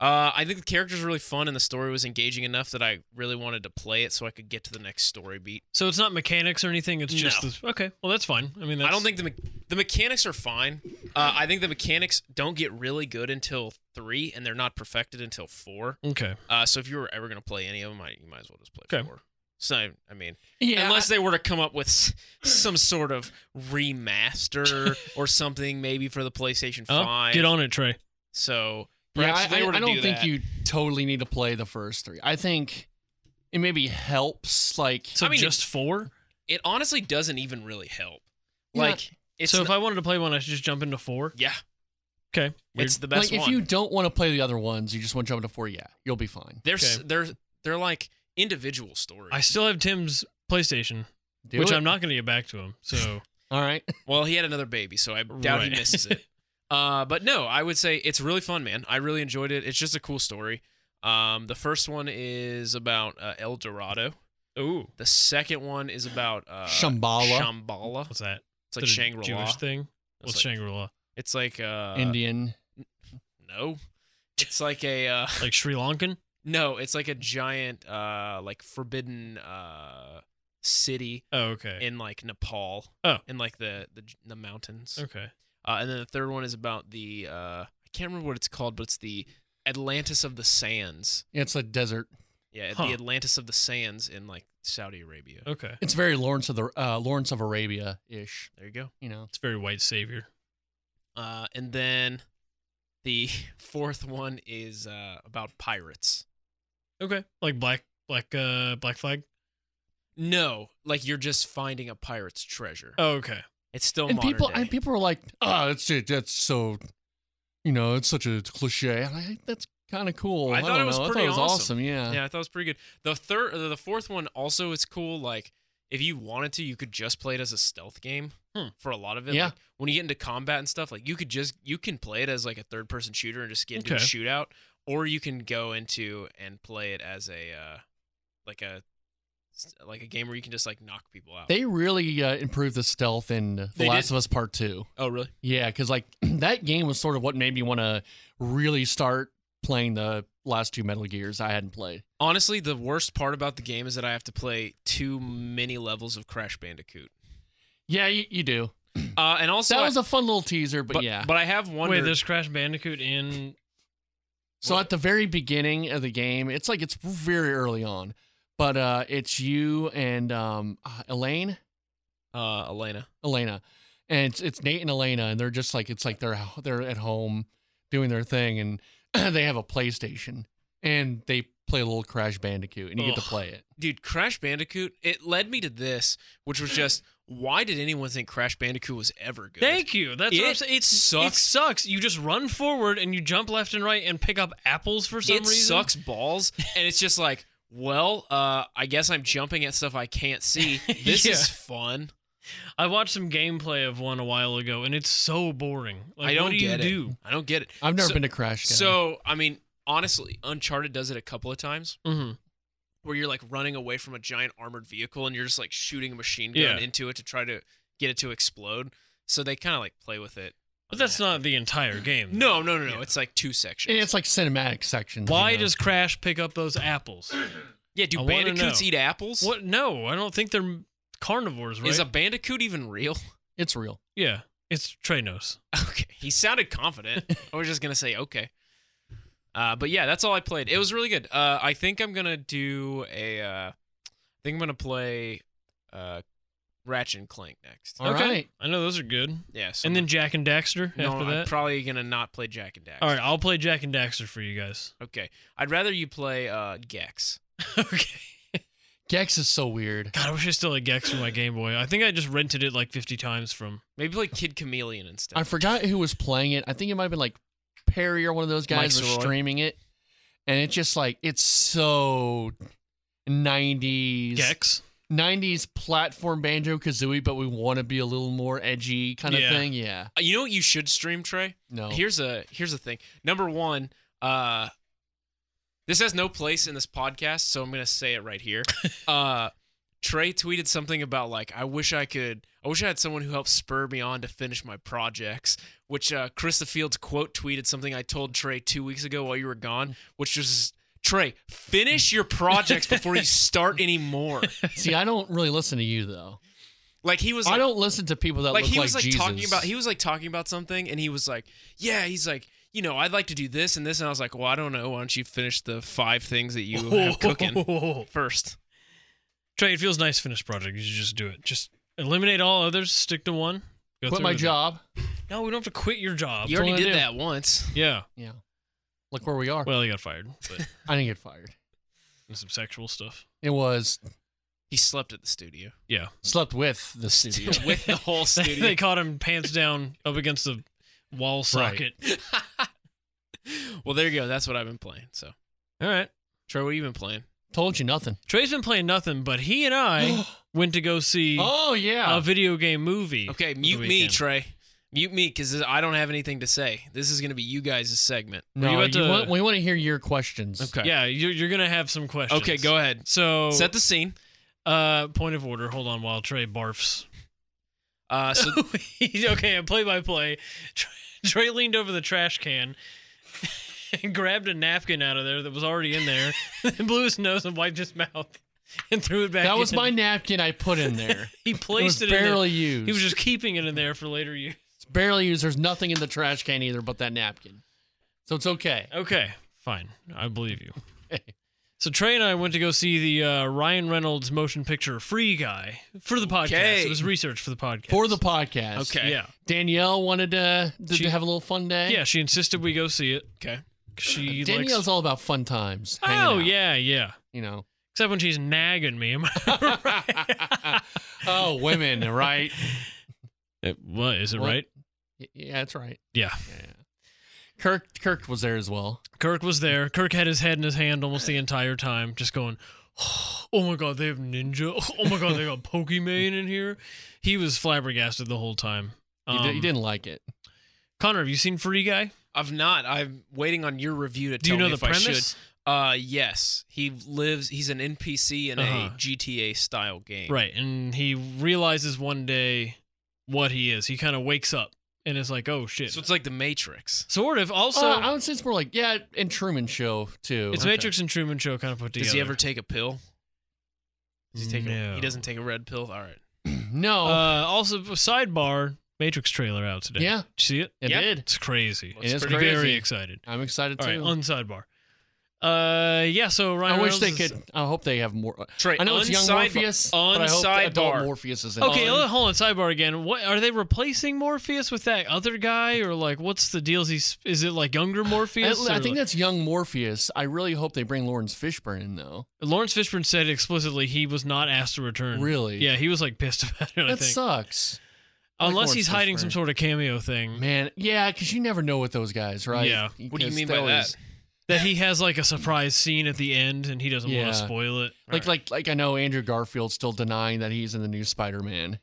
Speaker 4: Uh, I think the characters were really fun and the story was engaging enough that I really wanted to play it so I could get to the next story beat.
Speaker 3: So it's not mechanics or anything. It's just
Speaker 4: No.
Speaker 3: this. Okay, well that's fine. I mean, that's,
Speaker 4: I don't think the me- the mechanics are fine. Uh, I think the mechanics don't get really good until three, and they're not perfected until four.
Speaker 3: Okay,
Speaker 4: Uh, so if you were ever gonna play any of them, I, you might as well just play
Speaker 3: Okay.
Speaker 4: four. So I mean,
Speaker 2: yeah.
Speaker 4: unless they were to come up with s- some sort of
Speaker 2: <laughs>
Speaker 4: remaster or something, maybe for the PlayStation
Speaker 3: Oh,
Speaker 4: Five.
Speaker 3: get on it, Trey.
Speaker 4: So
Speaker 2: Yeah,
Speaker 4: perhaps
Speaker 2: I,
Speaker 4: if they
Speaker 2: I-
Speaker 4: were to
Speaker 2: I don't
Speaker 4: do
Speaker 2: think
Speaker 4: that-
Speaker 2: you totally need to play the first three. I think it maybe helps. Like,
Speaker 3: So
Speaker 4: I mean,
Speaker 3: just four.
Speaker 4: it honestly doesn't even really help.
Speaker 2: Yeah.
Speaker 4: Like it's
Speaker 3: so
Speaker 4: not-
Speaker 3: if I wanted to play one, I should just jump into four.
Speaker 4: Yeah.
Speaker 3: Okay, weird.
Speaker 4: It's the best
Speaker 2: like if
Speaker 4: one.
Speaker 2: you don't want to play the other ones, you just want to jump into four. Yeah, you'll be fine.
Speaker 4: they're s
Speaker 3: Okay.
Speaker 4: they're they're like individual stories.
Speaker 3: I still have Tim's PlayStation,
Speaker 2: Do
Speaker 3: which
Speaker 2: it.
Speaker 3: I'm not going to get back to him. So
Speaker 2: All right.
Speaker 4: well, he had another baby, so I doubt he
Speaker 3: Right. <laughs>
Speaker 4: misses it. Uh, but no, I would say it's really fun, man. I really enjoyed it. It's just a cool story. Um, the first one is about uh, El Dorado.
Speaker 3: Ooh,
Speaker 4: The second one is about uh,
Speaker 2: Shambhala.
Speaker 4: Shambhala.
Speaker 3: what's that?
Speaker 4: It's like
Speaker 3: Is that a
Speaker 4: Shangri La.
Speaker 3: Jewish thing. What's
Speaker 4: It's like,
Speaker 3: Shangri La?
Speaker 4: it's like uh,
Speaker 2: Indian.
Speaker 4: No, it's like a uh, <laughs>
Speaker 3: Like Sri Lankan?
Speaker 4: no. It's like a giant uh, like forbidden uh, city
Speaker 3: Oh, okay.
Speaker 4: in like Nepal.
Speaker 3: Oh.
Speaker 4: in like the the, the mountains.
Speaker 3: okay.
Speaker 4: Uh, and then the third one is about the uh, I can't remember what it's called, but it's the Atlantis of the Sands.
Speaker 2: It's a desert.
Speaker 4: Yeah,
Speaker 3: Huh.
Speaker 4: the Atlantis of the Sands in like Saudi Arabia.
Speaker 3: Okay.
Speaker 2: It's very Lawrence of the uh, Lawrence of Arabia ish.
Speaker 4: There you go.
Speaker 2: You know,
Speaker 3: It's very white savior.
Speaker 4: Uh, and then the <laughs> fourth one is uh, about pirates.
Speaker 3: Okay. Like black black uh black flag.
Speaker 4: No, like you're just finding a pirate's treasure.
Speaker 3: Oh, okay.
Speaker 4: It's still
Speaker 2: and
Speaker 4: modern
Speaker 2: people
Speaker 4: day.
Speaker 2: and people are like, oh, that's it. That's so. You know, it's such a cliche. I'm like, that's kind of cool.
Speaker 4: I
Speaker 2: don't
Speaker 4: thought it was
Speaker 2: know.
Speaker 4: pretty
Speaker 2: I thought it was
Speaker 4: awesome.
Speaker 2: awesome. Yeah.
Speaker 4: yeah, I thought it was pretty good. The third, the fourth one also is cool. Like if you wanted to, you could just play it as a stealth game
Speaker 3: Hmm.
Speaker 4: for a lot of it.
Speaker 2: Yeah.
Speaker 4: Like, when you get into combat and stuff, like you could just you can play it as like a third person shooter and just get into a
Speaker 3: Okay.
Speaker 4: shootout, or you can go into and play it as a uh, like a like a game where you can just like knock people out.
Speaker 2: They really uh, improved the stealth in The
Speaker 4: They
Speaker 2: Last
Speaker 4: did.
Speaker 2: of Us Part Two.
Speaker 4: oh really?
Speaker 2: Yeah, because like <clears throat> that game was sort of what made me want to really start playing the last two Metal Gears I hadn't played.
Speaker 4: Honestly, the worst part about the game is that I have to play too many levels of Crash Bandicoot.
Speaker 2: Yeah, you, you do.
Speaker 4: Uh, and also,
Speaker 2: that
Speaker 4: I-
Speaker 2: was a fun little teaser, but, yeah.
Speaker 4: but I have
Speaker 3: Wait,
Speaker 4: wondered.
Speaker 3: there's Crash Bandicoot in
Speaker 2: so at the very beginning of the game, it's like it's very early on, but uh, it's you and um, uh, Elaine,
Speaker 4: uh, Elena.
Speaker 2: Elena, and it's it's Nate and Elena, and they're just like it's like they're they're at home doing their thing, and <clears throat> they have a PlayStation, and they play a little Crash Bandicoot, and you get
Speaker 3: Ugh.
Speaker 2: to play it.
Speaker 4: dude crash bandicoot it led me to this which was just why did anyone think crash bandicoot was ever good
Speaker 3: Thank you. That's what I'm
Speaker 4: It
Speaker 3: saying. It's, It
Speaker 4: sucks.
Speaker 3: sucks. You just run forward and you jump left and right and pick up apples for some
Speaker 4: it
Speaker 3: reason.
Speaker 4: sucks balls <laughs> and it's just like well uh i guess i'm jumping at stuff i
Speaker 3: <laughs>
Speaker 4: can't see this
Speaker 3: Yeah.
Speaker 4: is fun
Speaker 3: I watched some gameplay of one a while ago and it's so boring. Like,
Speaker 4: i don't
Speaker 3: what do
Speaker 4: get
Speaker 3: you
Speaker 4: it i don't get it
Speaker 2: I've never
Speaker 4: So-
Speaker 2: been to Crash. Guy.
Speaker 4: so i mean honestly uncharted does it a couple of times
Speaker 3: do? hmm
Speaker 4: where you're like running away from a giant armored vehicle and you're just like shooting a machine gun
Speaker 3: Yeah.
Speaker 4: into it to try to get it to explode so they kind of like play with it
Speaker 3: But
Speaker 4: on
Speaker 3: that's
Speaker 4: that.
Speaker 3: not the entire game.
Speaker 4: no no no no
Speaker 3: Mm. Yeah.
Speaker 4: it's like two sections
Speaker 2: And it's like cinematic sections.
Speaker 3: Why
Speaker 2: you know?
Speaker 3: does Crash pick up those apples?
Speaker 4: Yeah, do
Speaker 3: I wanna
Speaker 4: bandicoots
Speaker 3: know.
Speaker 4: eat apples?
Speaker 3: What? No, I don't think they're carnivores, right?
Speaker 4: is a bandicoot even real? <laughs>
Speaker 2: it's real?
Speaker 3: yeah, it's Tranos.
Speaker 4: Okay, he sounded confident. <laughs> I was just gonna say okay. Uh, but yeah, that's all I played. It was really good. Uh, I think I'm gonna do a. Uh, I think I'm gonna play, uh, Ratchet and Clank next.
Speaker 2: All right.
Speaker 3: I know those are good.
Speaker 4: Yeah. so-
Speaker 3: And then Jack and Daxter
Speaker 4: no,
Speaker 3: after
Speaker 4: I'm
Speaker 3: that.
Speaker 4: probably gonna not play Jack and Dax.
Speaker 3: All right, I'll play Jack and Daxter for you guys.
Speaker 4: Okay. I'd rather you play uh, Gex.
Speaker 3: okay.
Speaker 2: Gex is so weird.
Speaker 3: God, I wish I still had Gex for my Game Boy. I think I just rented it like 50 times from.
Speaker 4: Maybe play Kid Chameleon instead.
Speaker 2: I forgot who was playing it. I think it might have been like Perry or one of those guys
Speaker 4: Mike
Speaker 2: was
Speaker 4: Soroy.
Speaker 2: streaming it, and it's just like it's so nineties
Speaker 3: Gex?
Speaker 2: nineties platform banjo kazooie, but we want to be a little more edgy kind of
Speaker 3: Yeah.
Speaker 2: thing. Yeah,
Speaker 4: Uh, you know what you should stream, Trey?
Speaker 2: no,
Speaker 4: Here's a here's the thing. Number one, uh, this has no place in this podcast, so I'm gonna say it right here. uh, Trey tweeted something about like, I wish I could, I wish I had someone who helped spur me on to finish my projects. Which uh, Chris the Fields quote tweeted something I told Trey two weeks ago while you were gone, which was. Trey, finish your projects before you start anymore.
Speaker 2: see, I don't really listen to you though.
Speaker 4: Like he was
Speaker 2: I
Speaker 4: like,
Speaker 2: don't listen to people that
Speaker 4: like
Speaker 2: look
Speaker 4: he was like
Speaker 2: Jesus.
Speaker 4: talking about he was like talking about something and he was like yeah he's like you know i'd like to do this and this and i was like well i don't know why don't you finish the five things that
Speaker 3: <laughs>
Speaker 4: you have cooking first
Speaker 3: Trey, it feels nice to finish project. You should just do it. Just eliminate all others, stick to one. go
Speaker 2: quit
Speaker 3: through
Speaker 2: my
Speaker 3: with it.
Speaker 2: job.
Speaker 3: No, we don't have to quit your job.
Speaker 4: you
Speaker 2: what
Speaker 4: already
Speaker 2: I
Speaker 4: did
Speaker 2: do.
Speaker 4: that once
Speaker 3: Yeah.
Speaker 2: Yeah, look where we are.
Speaker 3: Well, he got fired, but <laughs>
Speaker 2: I didn't get fired.
Speaker 3: and some sexual stuff. <laughs>
Speaker 2: It was
Speaker 4: he slept at the studio
Speaker 3: Yeah.
Speaker 2: slept with the studio.
Speaker 4: <laughs> with the whole
Speaker 3: they
Speaker 4: studio
Speaker 3: caught him pants down up against the wall socket.
Speaker 4: well there you go that's what i've been playing so
Speaker 3: All right.
Speaker 4: trey what have you been playing
Speaker 2: <laughs> Told you nothing.
Speaker 3: Trey's been playing nothing, but he
Speaker 4: <gasps>
Speaker 3: and I went to go see
Speaker 2: <gasps> oh yeah.
Speaker 3: a video game movie.
Speaker 4: okay
Speaker 3: the
Speaker 4: mute me
Speaker 3: weekend.
Speaker 4: trey Mute me because I don't have anything to say. This is going to be you guys' segment.
Speaker 3: you
Speaker 2: No,
Speaker 3: about
Speaker 2: you
Speaker 3: to-
Speaker 2: want, we want to hear your questions.
Speaker 4: Okay.
Speaker 3: Yeah, you're, you're gonna have some questions.
Speaker 4: Okay, go ahead.
Speaker 3: So,
Speaker 4: Set the scene.
Speaker 3: uh, point of order. Hold on, while Trey barfs.
Speaker 4: Uh, so
Speaker 3: <laughs> okay, play by play. Trey leaned over the trash can and grabbed a napkin out of there that was already in there, <laughs> and blew his nose and wiped his mouth <laughs> and threw it back.
Speaker 2: That was
Speaker 3: in.
Speaker 2: my napkin I put in there.
Speaker 3: He
Speaker 2: it
Speaker 3: placed
Speaker 2: was
Speaker 3: it, in there.
Speaker 2: barely used.
Speaker 3: He was just keeping it in there for later use.
Speaker 2: It's barely used. There's nothing in the trash can either but that napkin. So it's okay.
Speaker 3: Okay, fine. I believe you.
Speaker 2: Okay.
Speaker 3: So Trey and I went to go see the uh, Ryan Reynolds motion picture Free Guy for the podcast.
Speaker 4: Okay.
Speaker 3: It was research for the podcast.
Speaker 2: For the podcast.
Speaker 4: Okay.
Speaker 3: Yeah.
Speaker 2: Danielle wanted to, to
Speaker 3: She-
Speaker 2: have a little fun day.
Speaker 3: Yeah, she insisted we go see it.
Speaker 4: Okay.
Speaker 3: She
Speaker 2: Danielle's
Speaker 3: likes
Speaker 2: all about fun times. hanging
Speaker 3: Oh
Speaker 2: out,
Speaker 3: yeah, yeah. <laughs>
Speaker 2: You know. <laughs>
Speaker 3: Except when she's nagging me. <laughs> Am I right?
Speaker 2: oh, women, right?
Speaker 3: Uh, What is it
Speaker 2: What?
Speaker 3: right?
Speaker 2: Y- Yeah, that's right.
Speaker 3: Yeah.
Speaker 2: Kirk Kirk was there as well.
Speaker 3: Kirk was there. Kirk had his head in his hand almost the entire time, just going, <sighs> Oh my god, they have ninja. <laughs> Oh my god, they got Pokemon in here. He was flabbergasted the whole time.
Speaker 2: He, di-
Speaker 3: Um,
Speaker 2: he didn't like it.
Speaker 3: Connor, have you seen Free Guy?
Speaker 4: I've not. I'm waiting on your review to
Speaker 3: Do
Speaker 4: tell
Speaker 3: you know
Speaker 4: me
Speaker 3: the
Speaker 4: if I should.
Speaker 3: premise?
Speaker 4: Uh, yes. He lives. He's an NPC in
Speaker 3: Uh-huh.
Speaker 4: a GTA style game.
Speaker 3: Right. And he realizes one day what he is. He kind of wakes up and is like, oh shit.
Speaker 4: So it's Oh, like the Matrix.
Speaker 3: sort of. Also,
Speaker 2: uh, I would say it's more like yeah, and Truman Show too.
Speaker 3: it's
Speaker 2: Okay.
Speaker 3: Matrix and Truman Show kind of put together.
Speaker 4: Does he ever take a pill? Does he take? A,
Speaker 3: No.
Speaker 4: he doesn't take a red pill. All right.
Speaker 2: <clears throat> No,
Speaker 3: Uh, also, sidebar Matrix trailer out today.
Speaker 2: Yeah.
Speaker 3: Did you see it?
Speaker 2: it
Speaker 4: yep.
Speaker 2: did.
Speaker 3: It's crazy.
Speaker 2: It is
Speaker 3: Pretty
Speaker 2: crazy.
Speaker 3: Very excited.
Speaker 2: I'm excited
Speaker 3: All
Speaker 2: too.
Speaker 3: right, on sidebar. Uh, yeah. So Ryan,
Speaker 2: I wish
Speaker 3: Reynolds
Speaker 2: they
Speaker 3: is-
Speaker 2: could. I hope they have more.
Speaker 4: Trey,
Speaker 2: I know it's young
Speaker 4: unsidebar-
Speaker 2: Morpheus, but I hope the adult
Speaker 4: unsidebar.
Speaker 2: Morpheus is in.
Speaker 3: Okay,
Speaker 2: it.
Speaker 3: hold on- hold on. Sidebar again. What are they replacing Morpheus with that other guy, or like what's the deal? Is he s- is it like younger
Speaker 2: I,
Speaker 3: Morpheus?
Speaker 2: I
Speaker 3: or,
Speaker 2: think
Speaker 3: like-
Speaker 2: that's young Morpheus. I really hope they bring Lawrence Fishburne in though.
Speaker 3: Lawrence Fishburne said explicitly he was not asked to return.
Speaker 2: Really?
Speaker 3: Yeah, he was like pissed <laughs> about it. I
Speaker 2: That
Speaker 3: think
Speaker 2: sucks, I like
Speaker 3: unless
Speaker 2: Lawrence
Speaker 3: he's hiding some
Speaker 2: Fishburne.
Speaker 3: sort of cameo thing
Speaker 2: man. Yeah, because you never know with those guys, right?
Speaker 3: Yeah.
Speaker 4: What do you
Speaker 2: Because
Speaker 4: mean
Speaker 2: they
Speaker 4: by that?
Speaker 2: always-
Speaker 3: that he has like a surprise scene at the end and he doesn't
Speaker 2: Yeah.
Speaker 3: want to spoil it.
Speaker 2: Like, like, like I know Andrew Garfield's still denying that he's in the new Spider-Man.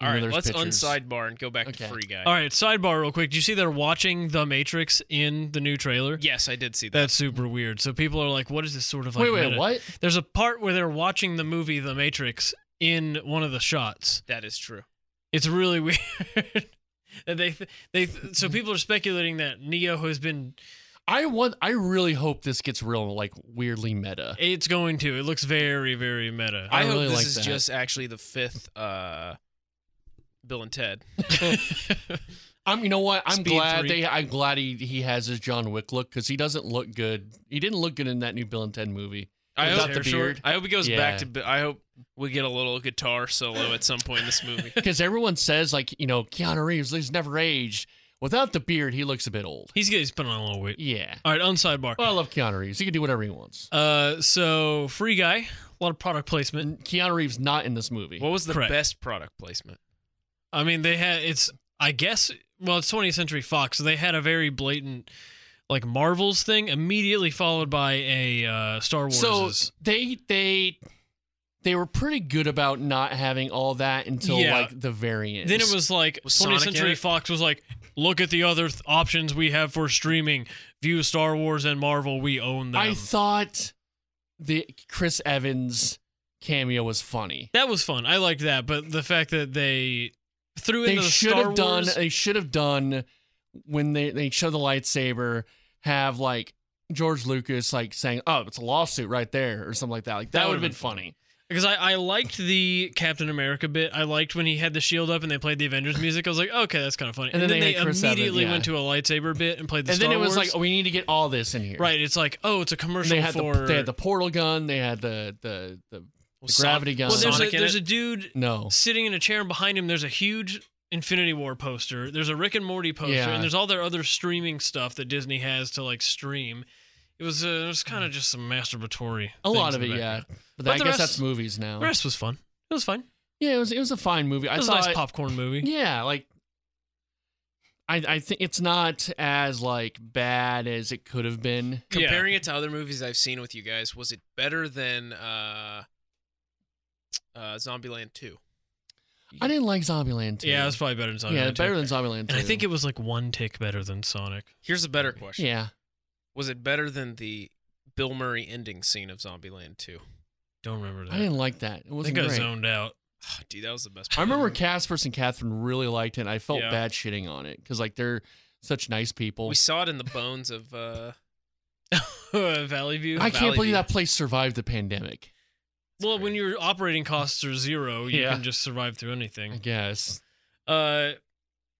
Speaker 4: All right,
Speaker 2: there's
Speaker 4: let's
Speaker 2: pictures.
Speaker 4: unsidebar and go back
Speaker 2: Okay.
Speaker 4: to Free Guy.
Speaker 3: All right, sidebar real quick. Do you see they're watching The Matrix in the new trailer?
Speaker 4: Yes, I did see that.
Speaker 3: That's super weird. So people are like, what is this sort of like?
Speaker 2: wait, wait,
Speaker 3: meta-
Speaker 2: what?
Speaker 3: There's a part where they're watching the movie The Matrix in one of the shots.
Speaker 4: That is true.
Speaker 3: It's really <laughs> weird. that they they so people are speculating that Neo has been
Speaker 2: I want. I really hope this gets real, like weirdly meta.
Speaker 3: it's going to. It looks very very meta.
Speaker 4: I,
Speaker 2: I
Speaker 4: hope
Speaker 2: really
Speaker 4: this
Speaker 2: like
Speaker 4: is
Speaker 2: that.
Speaker 4: just actually the fifth uh, Bill and Ted.
Speaker 2: I'm. You know what? I'm
Speaker 3: Speed
Speaker 2: glad
Speaker 3: three.
Speaker 2: they. I'm glad he he has his John Wick look because he doesn't look good. He didn't look good in that new Bill and Ted movie.
Speaker 4: I
Speaker 3: Without
Speaker 4: hope,
Speaker 3: the beard.
Speaker 4: I hope he goes
Speaker 2: Yeah.
Speaker 4: back to. Bi- I hope we get a little guitar solo at some point in this movie.
Speaker 2: Because everyone says like you know Keanu Reeves, he's never aged. Without the beard, he looks a bit old.
Speaker 3: He's he's putting on a little weight.
Speaker 2: Yeah.
Speaker 3: All right, on sidebar.
Speaker 2: Well, I love Keanu Reeves. He can do whatever he wants.
Speaker 3: Uh, so free guy, a lot of product placement.
Speaker 2: And Keanu Reeves not in this movie.
Speaker 4: What was the
Speaker 3: Correct.
Speaker 4: best product placement?
Speaker 3: I mean, they had it's I guess well, it's 20th Century Fox, so they had a very blatant like Marvels thing immediately followed by a uh, Star Wars.
Speaker 2: so they they they were pretty good about not having all that until
Speaker 3: Yeah.
Speaker 2: like the variant.
Speaker 3: then it was like
Speaker 4: Was
Speaker 3: 20th
Speaker 4: Sonic in
Speaker 3: Century
Speaker 4: it?
Speaker 3: Fox was like, look at the other th- options we have for streaming. View Star Wars and Marvel, we own them.
Speaker 2: I thought the Chris Evans cameo was funny.
Speaker 3: that was fun. I liked that, but the fact that they threw
Speaker 2: They
Speaker 3: into the
Speaker 2: should
Speaker 3: Star
Speaker 2: have done.
Speaker 3: Wars,
Speaker 2: They should have done when they they show the lightsaber. Have like George Lucas like saying, "Oh, it's a lawsuit right there" or something like that. Like that, would have been, funny.
Speaker 3: Because I, I liked the Captain America bit. I liked when he had the shield up and they played the Avengers music. I was like, okay, that's kind of funny. And,
Speaker 2: And
Speaker 3: then,
Speaker 2: then they
Speaker 3: they,
Speaker 2: had Chris Evans,
Speaker 3: immediately
Speaker 2: yeah.
Speaker 3: went to a lightsaber bit and played the
Speaker 2: and
Speaker 3: Star
Speaker 2: then it was
Speaker 3: Wars.
Speaker 2: like, oh, "We need to get all this in here."
Speaker 3: right, it's like, oh, it's a
Speaker 2: And
Speaker 3: commercial
Speaker 2: they had
Speaker 3: for.
Speaker 2: the they had the portal gun. They had the the the, the gravity gun.
Speaker 3: well, there's, a,
Speaker 4: Sonic in
Speaker 3: there's a
Speaker 4: it?
Speaker 3: dude
Speaker 2: no.
Speaker 3: sitting in a chair and behind him there's a huge Infinity War poster. There's a Rick and Morty poster,
Speaker 2: Yeah.
Speaker 3: and there's all their other streaming stuff that Disney has to like stream. It was uh, it was kind of just some masturbatory.
Speaker 2: A lot
Speaker 3: things
Speaker 2: of
Speaker 3: in
Speaker 2: it,
Speaker 3: the
Speaker 2: yeah.
Speaker 3: background.
Speaker 2: But,
Speaker 3: But
Speaker 2: I
Speaker 3: the rest-
Speaker 2: guess that's movies now.
Speaker 3: The rest was fun. It was fine.
Speaker 2: yeah, it was it was a fine movie.
Speaker 3: It
Speaker 2: I
Speaker 3: was a
Speaker 2: saw
Speaker 3: nice
Speaker 2: it-
Speaker 3: popcorn movie.
Speaker 2: Yeah, like I I think it's not as like bad as it could have been.
Speaker 3: Yeah.
Speaker 4: Comparing it to other movies I've seen with you guys, was it better than uh, uh, Zombieland Two?
Speaker 2: I didn't like Zombieland 2.
Speaker 3: Yeah, it's probably better than Sonic.
Speaker 2: yeah,
Speaker 3: Adventure.
Speaker 2: better than Zombieland 2.
Speaker 3: And I think it was like one tick better than Sonic.
Speaker 4: Here's a better question.
Speaker 2: Yeah.
Speaker 4: Was it better than the Bill Murray ending scene of Zombieland 2?
Speaker 3: Don't remember that.
Speaker 2: I didn't like that. It
Speaker 3: I
Speaker 2: wasn't
Speaker 3: think I
Speaker 2: great.
Speaker 3: zoned out. <laughs>
Speaker 4: Ah, <sighs> dude, that was the best.
Speaker 2: I
Speaker 4: part.
Speaker 2: remember Caspers and Catherine really liked it. And I felt
Speaker 3: Yeah.
Speaker 2: bad shitting on it because like they're such nice people.
Speaker 4: we saw it in the bones of. uh
Speaker 3: Valley View.
Speaker 2: I can't
Speaker 4: Valley
Speaker 2: believe
Speaker 4: View.
Speaker 2: that place survived the pandemic.
Speaker 3: well, when your operating costs are zero, you
Speaker 2: Yeah.
Speaker 3: can just survive through
Speaker 2: I
Speaker 3: anything.
Speaker 2: guess.
Speaker 3: Uh,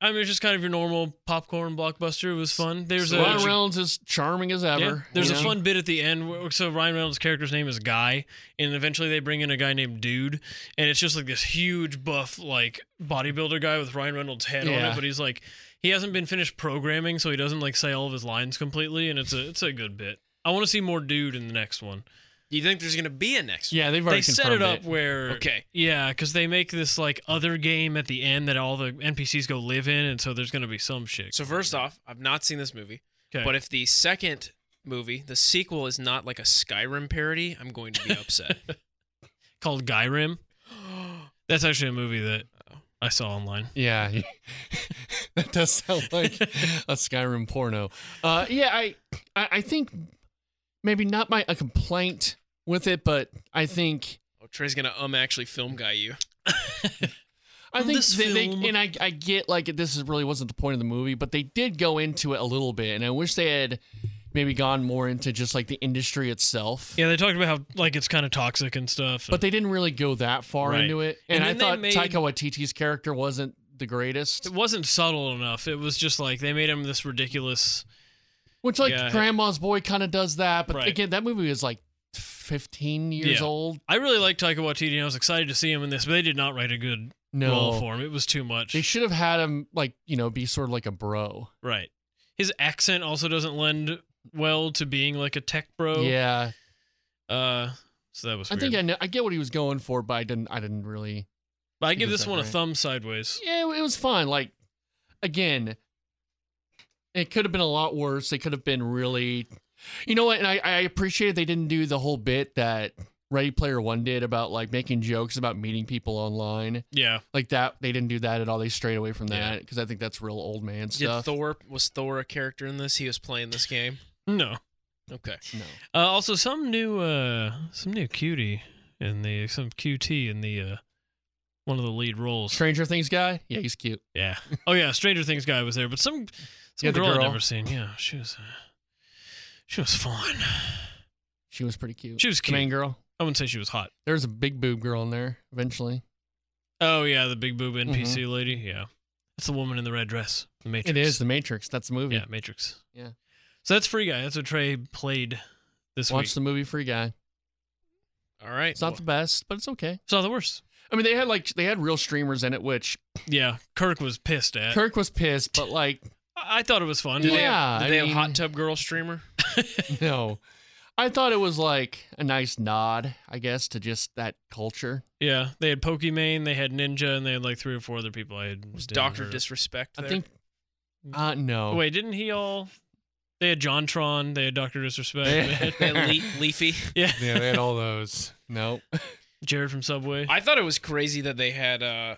Speaker 3: I mean, it's just kind of your normal popcorn blockbuster. It was fun. There's
Speaker 4: So
Speaker 3: a
Speaker 4: why
Speaker 2: Ryan Reynolds is charming as ever.
Speaker 3: Yeah, there's
Speaker 2: you
Speaker 3: a
Speaker 2: know?
Speaker 3: fun bit at the end. Where, so Ryan Reynolds' character's name is Guy, and eventually they bring in a guy named Dude, and it's just like this huge buff like bodybuilder guy with Ryan Reynolds' head on
Speaker 2: Yeah.
Speaker 3: it, but he's like he hasn't been finished programming, so he doesn't like say all of his lines completely, and it's a it's a good bit. I want to see more Dude in the next one.
Speaker 4: You think there's gonna be a next?
Speaker 2: Yeah, they've already
Speaker 3: They set it
Speaker 2: confirmed
Speaker 3: up where
Speaker 4: One? Okay.
Speaker 3: Yeah, because they make this like other game at the end that all the NPCs go live in, and so there's gonna be some shit.
Speaker 4: So first off, I've not seen this movie,
Speaker 3: okay.
Speaker 4: but if the second movie, the sequel, is not like a Skyrim parody, I'm going to be
Speaker 2: <laughs>
Speaker 4: upset.
Speaker 3: called Skyrim.
Speaker 2: <gasps>
Speaker 3: That's actually a movie that I saw online.
Speaker 2: Yeah, <laughs> that does sound like a Skyrim porno. Uh, yeah, I, I, I think maybe not my a complaint with it, but I think
Speaker 4: oh, Trey's gonna um actually film guy you.
Speaker 2: I think
Speaker 3: This
Speaker 2: they, they-
Speaker 3: film.
Speaker 2: and I, I get like this is really wasn't the point of the movie, but they did go into it a little bit, and I wish they had maybe gone more into just like the industry itself.
Speaker 3: Yeah, they talked about how like it's kind of toxic and stuff.
Speaker 2: But they didn't really go that far
Speaker 3: Right.
Speaker 2: into it,
Speaker 3: And
Speaker 2: and,
Speaker 3: then
Speaker 2: I
Speaker 3: they
Speaker 2: thought
Speaker 3: made-
Speaker 2: Taika Waititi's character wasn't the greatest,
Speaker 3: it wasn't subtle enough. It was just like they made him this ridiculous.
Speaker 2: which like
Speaker 3: Yeah.
Speaker 2: Grandma's Boy kind of does that. But
Speaker 3: Right.
Speaker 2: again, that movie is like. 15 years
Speaker 3: Yeah.
Speaker 2: old
Speaker 3: I really liked Taika Waititi. and I was excited to see him in this, but they did not write a good
Speaker 2: No.
Speaker 3: role for him. It was too much.
Speaker 2: They should have had him like, you know, be sort of like a bro.
Speaker 3: right. His accent also doesn't lend well to being like a tech bro.
Speaker 2: yeah.
Speaker 3: Uh, so that was.
Speaker 2: I
Speaker 3: Weird.
Speaker 2: think I know, I get what he was going for, but I didn't I didn't really
Speaker 3: but I give
Speaker 2: it was
Speaker 3: this
Speaker 2: that
Speaker 3: one a
Speaker 2: great.
Speaker 3: thumb sideways.
Speaker 2: Yeah, it was fun. Like again, it could have been a lot worse. They could have been really You know what? And I, I appreciate they didn't do the whole bit that Ready Player One did about like making jokes about meeting people online.
Speaker 3: Yeah.
Speaker 2: Like that they didn't do that at all. They strayed away from
Speaker 3: Yeah.
Speaker 2: that because I think that's real old man
Speaker 4: Did
Speaker 2: stuff.
Speaker 4: Thor was Thor a character in this? He was playing this game.
Speaker 3: No.
Speaker 4: Okay.
Speaker 2: no.
Speaker 3: Uh, also, some new, uh, some new cutie in the some QT in the uh, one of the lead roles.
Speaker 2: Stranger Things guy? Yeah, he's cute.
Speaker 3: Yeah. <laughs> Oh yeah, Stranger Things guy was there, but some some
Speaker 2: Yeah, the
Speaker 3: girl, I've
Speaker 2: girl.
Speaker 3: never seen. Yeah, she was uh, she was fine.
Speaker 2: She was pretty cute.
Speaker 3: She was
Speaker 2: The main
Speaker 3: cute.
Speaker 2: girl.
Speaker 3: I wouldn't say she was hot.
Speaker 2: There's a big boob girl in there eventually.
Speaker 3: Oh yeah, the big boob NPC lady. Yeah, that's the woman in the red dress. The Matrix.
Speaker 2: Mm-hmm. It is The Matrix. That's the movie.
Speaker 3: Yeah, Matrix.
Speaker 2: Yeah.
Speaker 3: So that's Free Guy. That's what Trey played this
Speaker 2: Watch
Speaker 3: week.
Speaker 2: the movie Free Guy.
Speaker 4: All right.
Speaker 2: It's not the best, but it's okay.
Speaker 3: it's not the worst.
Speaker 2: I mean, they had like they had real streamers in it, which
Speaker 3: Yeah, Kirk was pissed at.
Speaker 2: Kirk was pissed, but like <laughs>
Speaker 3: I I thought it was fun.
Speaker 4: Did they,
Speaker 2: Yeah,
Speaker 4: have, did
Speaker 2: I
Speaker 4: they have
Speaker 2: mean-
Speaker 4: hot tub girl streamer?
Speaker 2: no. I thought it was like a nice nod, I guess, to just that culture.
Speaker 3: Yeah, they had Pokimane, they had Ninja, and they had like three or four other people. I had
Speaker 4: Was
Speaker 3: didn't
Speaker 4: Doctor
Speaker 3: heard of.
Speaker 4: Disrespect? There?
Speaker 2: I
Speaker 4: <laughs>
Speaker 2: think. Uh no.
Speaker 3: Wait, didn't he all? They had JonTron, they had Doctor Disrespect,
Speaker 2: They-
Speaker 3: they had-
Speaker 4: They
Speaker 2: <laughs>
Speaker 4: had Le- Leafy.
Speaker 3: yeah,
Speaker 2: Yeah, they had all those. No.
Speaker 3: Jared from Subway.
Speaker 4: I thought it was crazy that they had uh,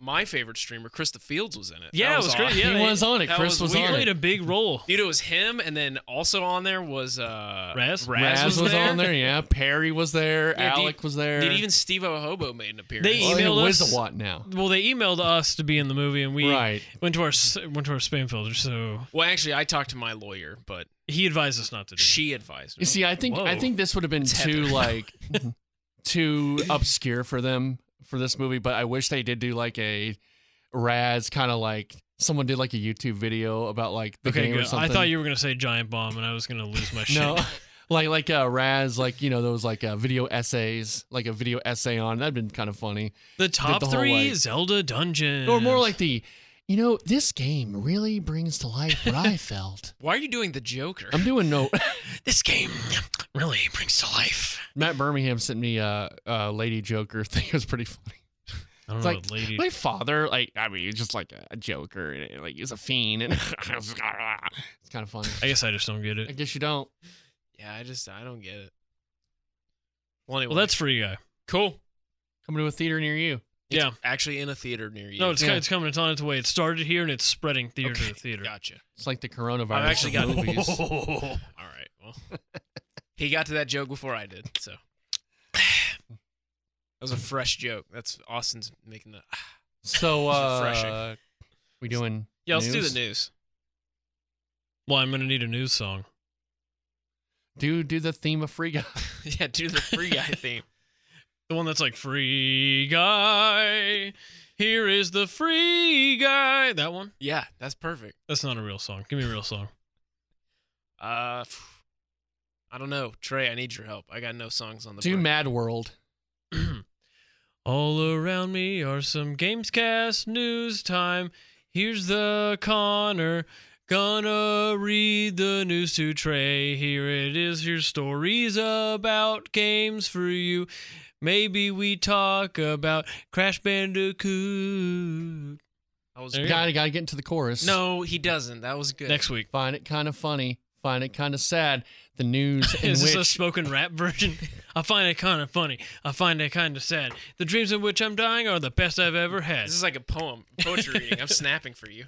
Speaker 4: my favorite streamer, Chris the Fields, was in it.
Speaker 3: yeah,
Speaker 4: That
Speaker 3: it was
Speaker 4: odd.
Speaker 3: great. Yeah,
Speaker 2: he
Speaker 3: they-
Speaker 2: was on it.
Speaker 4: that
Speaker 2: Chris
Speaker 4: was
Speaker 2: was,
Speaker 3: He
Speaker 2: on
Speaker 3: played
Speaker 2: it.
Speaker 3: a big role.
Speaker 4: Dude, it was him, and then also on there was uh,
Speaker 3: Raz?
Speaker 4: Raz, was, there.
Speaker 2: on there. Yeah, Perry was there.
Speaker 4: Yeah, did-
Speaker 2: Alec was there.
Speaker 4: Did even Steve O Hobo made an appearance?
Speaker 3: They
Speaker 2: well,
Speaker 3: email
Speaker 2: yeah,
Speaker 3: us?
Speaker 2: Wiz what now?
Speaker 3: Well, they emailed us to be in the movie, and we
Speaker 2: right.
Speaker 3: went to our s- went to our spam filter. So
Speaker 4: well, actually, I talked to my lawyer, but
Speaker 3: he advised us not to do. it.
Speaker 4: she advised
Speaker 2: You
Speaker 4: me.
Speaker 2: see, I think I
Speaker 3: Whoa. Mm-hmm.
Speaker 2: think this would have been
Speaker 4: Tether.
Speaker 3: <laughs>
Speaker 2: too like too obscure for them for this movie, but I wish they did do like a Raz kind of like someone did like a YouTube video about like the
Speaker 3: Okay,
Speaker 2: game or
Speaker 3: good. I
Speaker 2: something.
Speaker 3: thought you were gonna say giant bomb, and I was gonna lose
Speaker 2: <laughs>
Speaker 3: my shit.
Speaker 2: no. Like like uh, Raz like you know those like uh, video essays like a video essay on that'd been kind of funny
Speaker 3: The top
Speaker 2: the whole,
Speaker 3: three
Speaker 2: like-
Speaker 3: Zelda dungeons,
Speaker 2: or more like the you know this game really brings to life
Speaker 3: <laughs>
Speaker 2: what I felt
Speaker 4: Why are you doing the Joker?
Speaker 2: I'm doing no <laughs>
Speaker 3: this game really brings to life.
Speaker 2: Matt Birmingham sent me uh, uh Lady Joker thing it was pretty funny
Speaker 3: I don't
Speaker 2: It's
Speaker 3: know,
Speaker 2: like,
Speaker 3: what lady.
Speaker 2: My father, like, I mean, he's just like a, a joker, and, and, like he's a fiend, and <laughs> it's kind of funny.
Speaker 3: I guess I just don't get
Speaker 2: I
Speaker 3: it.
Speaker 2: guess you don't.
Speaker 4: yeah, I just I don't get it. Well, anyway,
Speaker 3: Well, that's free guy.
Speaker 4: cool.
Speaker 2: Coming to a theater near you.
Speaker 4: It's
Speaker 3: Yeah.
Speaker 4: actually in a theater near you.
Speaker 3: No, it's
Speaker 2: Yeah.
Speaker 3: it's coming. It's on its way. It started here and it's spreading theater
Speaker 4: Okay,
Speaker 3: to theater.
Speaker 4: gotcha.
Speaker 2: It's like the coronavirus.
Speaker 4: I've actually
Speaker 2: of
Speaker 4: got-
Speaker 2: movies.
Speaker 4: All right. Well, he got to that joke before I did, so <sighs> that was a fresh joke. That's Austin's making the.
Speaker 2: <laughs>
Speaker 4: <sighs>
Speaker 2: so
Speaker 4: <laughs> It's refreshing.
Speaker 2: uh, we doing?
Speaker 4: Yeah, let's do the news.
Speaker 3: Well, I'm gonna need a news song.
Speaker 2: Do do the theme of Free Guy.
Speaker 4: <laughs> yeah, do the
Speaker 2: <laughs>
Speaker 4: free guy theme.
Speaker 3: The one that's like free guy. Here is the free guy. That one.
Speaker 4: Yeah, that's perfect.
Speaker 3: That's not a real song. Give me a real song. <clears throat>
Speaker 4: Uh, phew. I don't know, Trey. I need your help. I got no songs on the.
Speaker 2: Do
Speaker 4: brain.
Speaker 2: Mad World.
Speaker 3: All around me are some Gamescast news time. Here's the Connor. Gonna read the news to Trey. Here it is. Here's stories about games for you. Maybe we talk about Crash Bandicoot.
Speaker 4: I was.
Speaker 3: There you
Speaker 2: Got to got to get into the chorus.
Speaker 4: No, he doesn't. That was good.
Speaker 3: Next week.
Speaker 2: Find it kind of funny. Find it kind of sad. The
Speaker 4: <laughs>
Speaker 2: news in
Speaker 3: Is this a
Speaker 2: which
Speaker 3: spoken rap <laughs> version? I find it kind of funny. I find it kind of sad. The dreams in which I'm dying are the best I've ever had.
Speaker 4: This is like a poem, poetry reading.
Speaker 3: <laughs>
Speaker 4: I'm snapping for you.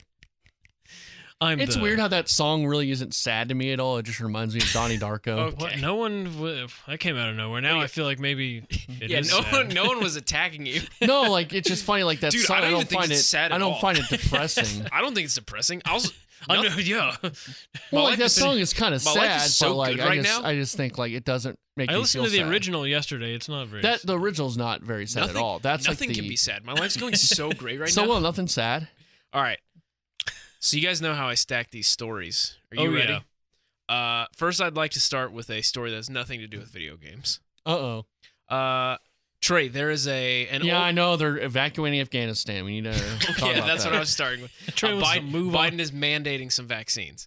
Speaker 3: I'm.
Speaker 2: it's
Speaker 3: the-
Speaker 2: weird how that song really isn't sad to me at all. It just reminds me of Donnie Darko.
Speaker 4: Oh,
Speaker 3: What?
Speaker 4: <laughs> Okay.
Speaker 3: No one. w- I came out of nowhere. Now
Speaker 4: Wait.
Speaker 3: I feel like
Speaker 4: <laughs>
Speaker 3: maybe. it
Speaker 4: yeah,
Speaker 3: is
Speaker 4: no
Speaker 3: sad.
Speaker 4: one, no one was attacking you.
Speaker 2: No, like it's just funny. Like that
Speaker 4: Dude,
Speaker 2: song.
Speaker 4: I
Speaker 2: I
Speaker 4: don't
Speaker 2: don't,
Speaker 4: even think
Speaker 2: find
Speaker 4: it's
Speaker 2: it.
Speaker 4: sad at
Speaker 2: I don't
Speaker 4: all.
Speaker 2: find
Speaker 4: <laughs>
Speaker 2: it depressing.
Speaker 4: I don't think it's depressing.
Speaker 2: <laughs>
Speaker 4: I was.
Speaker 3: <laughs> I know, yeah.
Speaker 2: well,
Speaker 4: life
Speaker 2: like that
Speaker 4: is-
Speaker 2: song is kind of
Speaker 4: my
Speaker 2: sad,
Speaker 4: life is so
Speaker 2: but like
Speaker 4: good
Speaker 2: I
Speaker 4: right
Speaker 2: just
Speaker 4: now.
Speaker 2: I just think like it doesn't make
Speaker 3: I
Speaker 2: me
Speaker 3: listened to
Speaker 2: feel
Speaker 3: the
Speaker 2: sad.
Speaker 3: original yesterday. It's not very.
Speaker 2: That the original's not very sad
Speaker 4: Nothing-
Speaker 2: at all. That's
Speaker 4: Nothing
Speaker 2: like the
Speaker 4: can be sad. My life's
Speaker 2: <laughs>
Speaker 4: going so great right
Speaker 2: so
Speaker 4: now.
Speaker 2: well, nothing sad.
Speaker 4: All right. So you guys know how I stack these stories. Are you
Speaker 3: Oh,
Speaker 4: ready? Uh, first, I'd like to start with a story that has nothing to do with video games.
Speaker 2: Uh oh.
Speaker 4: Uh, Trey, there is a an
Speaker 2: Yeah,
Speaker 4: <laughs> old-
Speaker 2: I know they're evacuating Afghanistan. We need to talk
Speaker 4: <laughs> yeah,
Speaker 2: about
Speaker 4: that's
Speaker 2: that.
Speaker 4: what I was
Speaker 2: <laughs>
Speaker 4: starting with.
Speaker 3: Trey
Speaker 4: Uh,
Speaker 3: wants to
Speaker 4: Biden,
Speaker 3: move
Speaker 4: Biden
Speaker 3: on.
Speaker 4: is mandating some vaccines.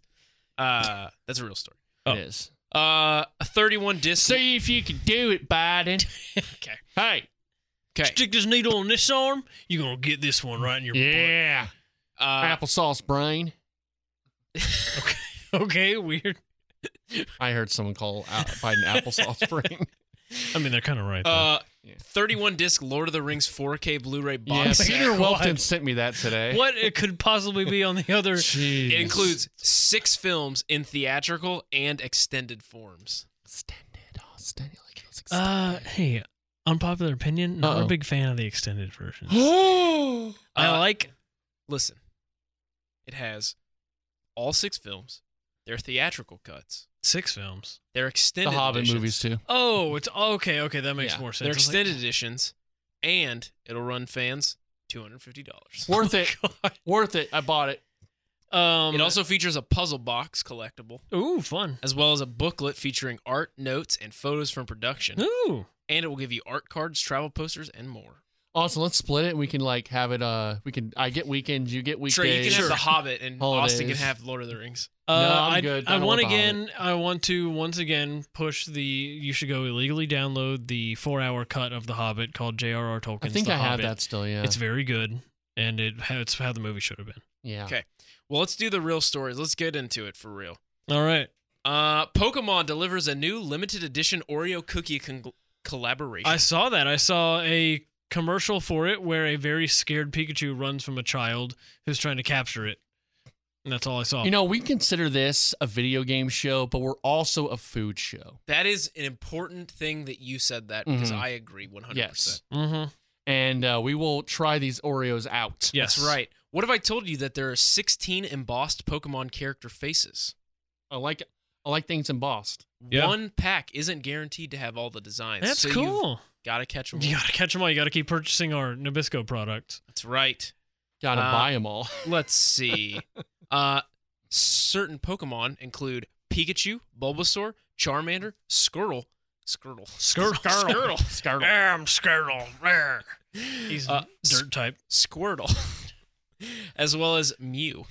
Speaker 4: Uh, that's a real story.
Speaker 3: Oh.
Speaker 2: It is.
Speaker 4: Uh, a 31 disc.
Speaker 2: See if you can do it, Biden.
Speaker 4: Okay.
Speaker 2: Hey.
Speaker 4: Okay.
Speaker 3: Stick this needle on this arm. You're gonna get this one right in your
Speaker 2: Yeah.
Speaker 4: Uh,
Speaker 2: Applesauce brain.
Speaker 3: butt. <laughs> Okay, weird.
Speaker 2: I heard someone call uh, Biden applesauce
Speaker 4: <laughs>
Speaker 2: brain.
Speaker 3: I mean, they're kind of right. Though.
Speaker 4: uh,
Speaker 2: Yeah.
Speaker 4: 31 disc Lord of the Rings 4K Blu-ray
Speaker 2: yeah,
Speaker 4: box set.
Speaker 2: Peter Welton
Speaker 3: What?
Speaker 2: sent me that
Speaker 4: Uh,
Speaker 3: <laughs>
Speaker 2: today.
Speaker 3: what it could possibly be on the
Speaker 4: <laughs>
Speaker 3: other?
Speaker 2: Jeez.
Speaker 4: It includes six films in theatrical and extended forms.
Speaker 2: extended. Oh, extended. Like it was
Speaker 3: Uh, hey, unpopular opinion. Not
Speaker 2: Uh-oh.
Speaker 3: a big fan of the extended
Speaker 4: <gasps>
Speaker 3: version.
Speaker 2: extended.
Speaker 3: I
Speaker 4: Uh,
Speaker 3: like.
Speaker 4: Listen, it has all six films, their theatrical cuts,
Speaker 3: Six films.
Speaker 4: their
Speaker 2: the
Speaker 4: extended
Speaker 2: Hobbit
Speaker 4: editions,
Speaker 2: movies too.
Speaker 3: Oh, it's okay. Okay, that makes
Speaker 4: Yeah,
Speaker 3: more sense.
Speaker 4: Their
Speaker 3: I was like,
Speaker 4: extended editions, and it'll run fans two hundred fifty dollars.
Speaker 2: Worth
Speaker 3: oh,
Speaker 2: it.
Speaker 3: <laughs>
Speaker 2: Worth it. I bought it.
Speaker 3: God. Um,
Speaker 4: It also features a puzzle box collectible,
Speaker 3: ooh fun.
Speaker 4: as well as a booklet featuring art, notes, and photos from production.
Speaker 3: Ooh,
Speaker 4: And it will give you art cards, travel posters, and more.
Speaker 2: Also, Oh, let's split it. We can like have it. Uh, we can. I get weekends. You get weekdays.
Speaker 4: Trey, you can have The Hobbit, and Austin can
Speaker 2: Holidays.
Speaker 4: have Lord of the Rings.
Speaker 3: Uh,
Speaker 2: I'm
Speaker 3: I,
Speaker 2: good. I
Speaker 3: I,
Speaker 2: don't
Speaker 3: want
Speaker 2: want the
Speaker 3: again. I want to once again push the. You should go illegally download the four-hour cut of The Hobbit called J.R.R. Tolkien's
Speaker 2: I think
Speaker 3: The
Speaker 2: I have
Speaker 3: Hobbit.
Speaker 2: that still. Yeah.
Speaker 3: It's very good, and it it's how the movie should have been.
Speaker 2: yeah.
Speaker 4: Okay. Well, let's do the real stories. Let's get into it for real.
Speaker 3: All right.
Speaker 4: Uh, Pokemon delivers a new limited edition Oreo cookie con- collaboration.
Speaker 3: I saw that. I saw a commercial for it where a very scared Pikachu runs from a child who's trying to capture it, and that's all I saw.
Speaker 2: You know, we consider this a video game show, but we're also a food show.
Speaker 4: that is an important thing that you said that because
Speaker 2: Mhm.
Speaker 4: I agree 100%.
Speaker 2: Yes.
Speaker 3: mm-hmm.
Speaker 2: And uh, we will try these Oreos out.
Speaker 3: Yes,
Speaker 4: That's right. What if I told you that there are 16 embossed Pokemon character faces?
Speaker 2: I like. I like things embossed.
Speaker 3: Yeah.
Speaker 4: One pack isn't guaranteed to have all the designs.
Speaker 3: That's
Speaker 4: so you've
Speaker 3: cool.
Speaker 4: Gotta catch them.
Speaker 3: You gotta catch them all. You gotta keep purchasing our Nabisco products.
Speaker 4: That's right.
Speaker 2: Gotta 'em
Speaker 4: Uh,
Speaker 2: buy them all. <laughs>
Speaker 4: Let's
Speaker 3: <laughs>
Speaker 4: see. uh, certain Pokemon include Pikachu, Bulbasaur, Charmander, Squirtle, Squirtle,
Speaker 3: Skirtle.
Speaker 4: Squirtle, Squirtle,
Speaker 3: Damn Skirtle. Rare. He's
Speaker 4: Uh,
Speaker 3: dirt type.
Speaker 4: Squirtle, <laughs> as well as Mew.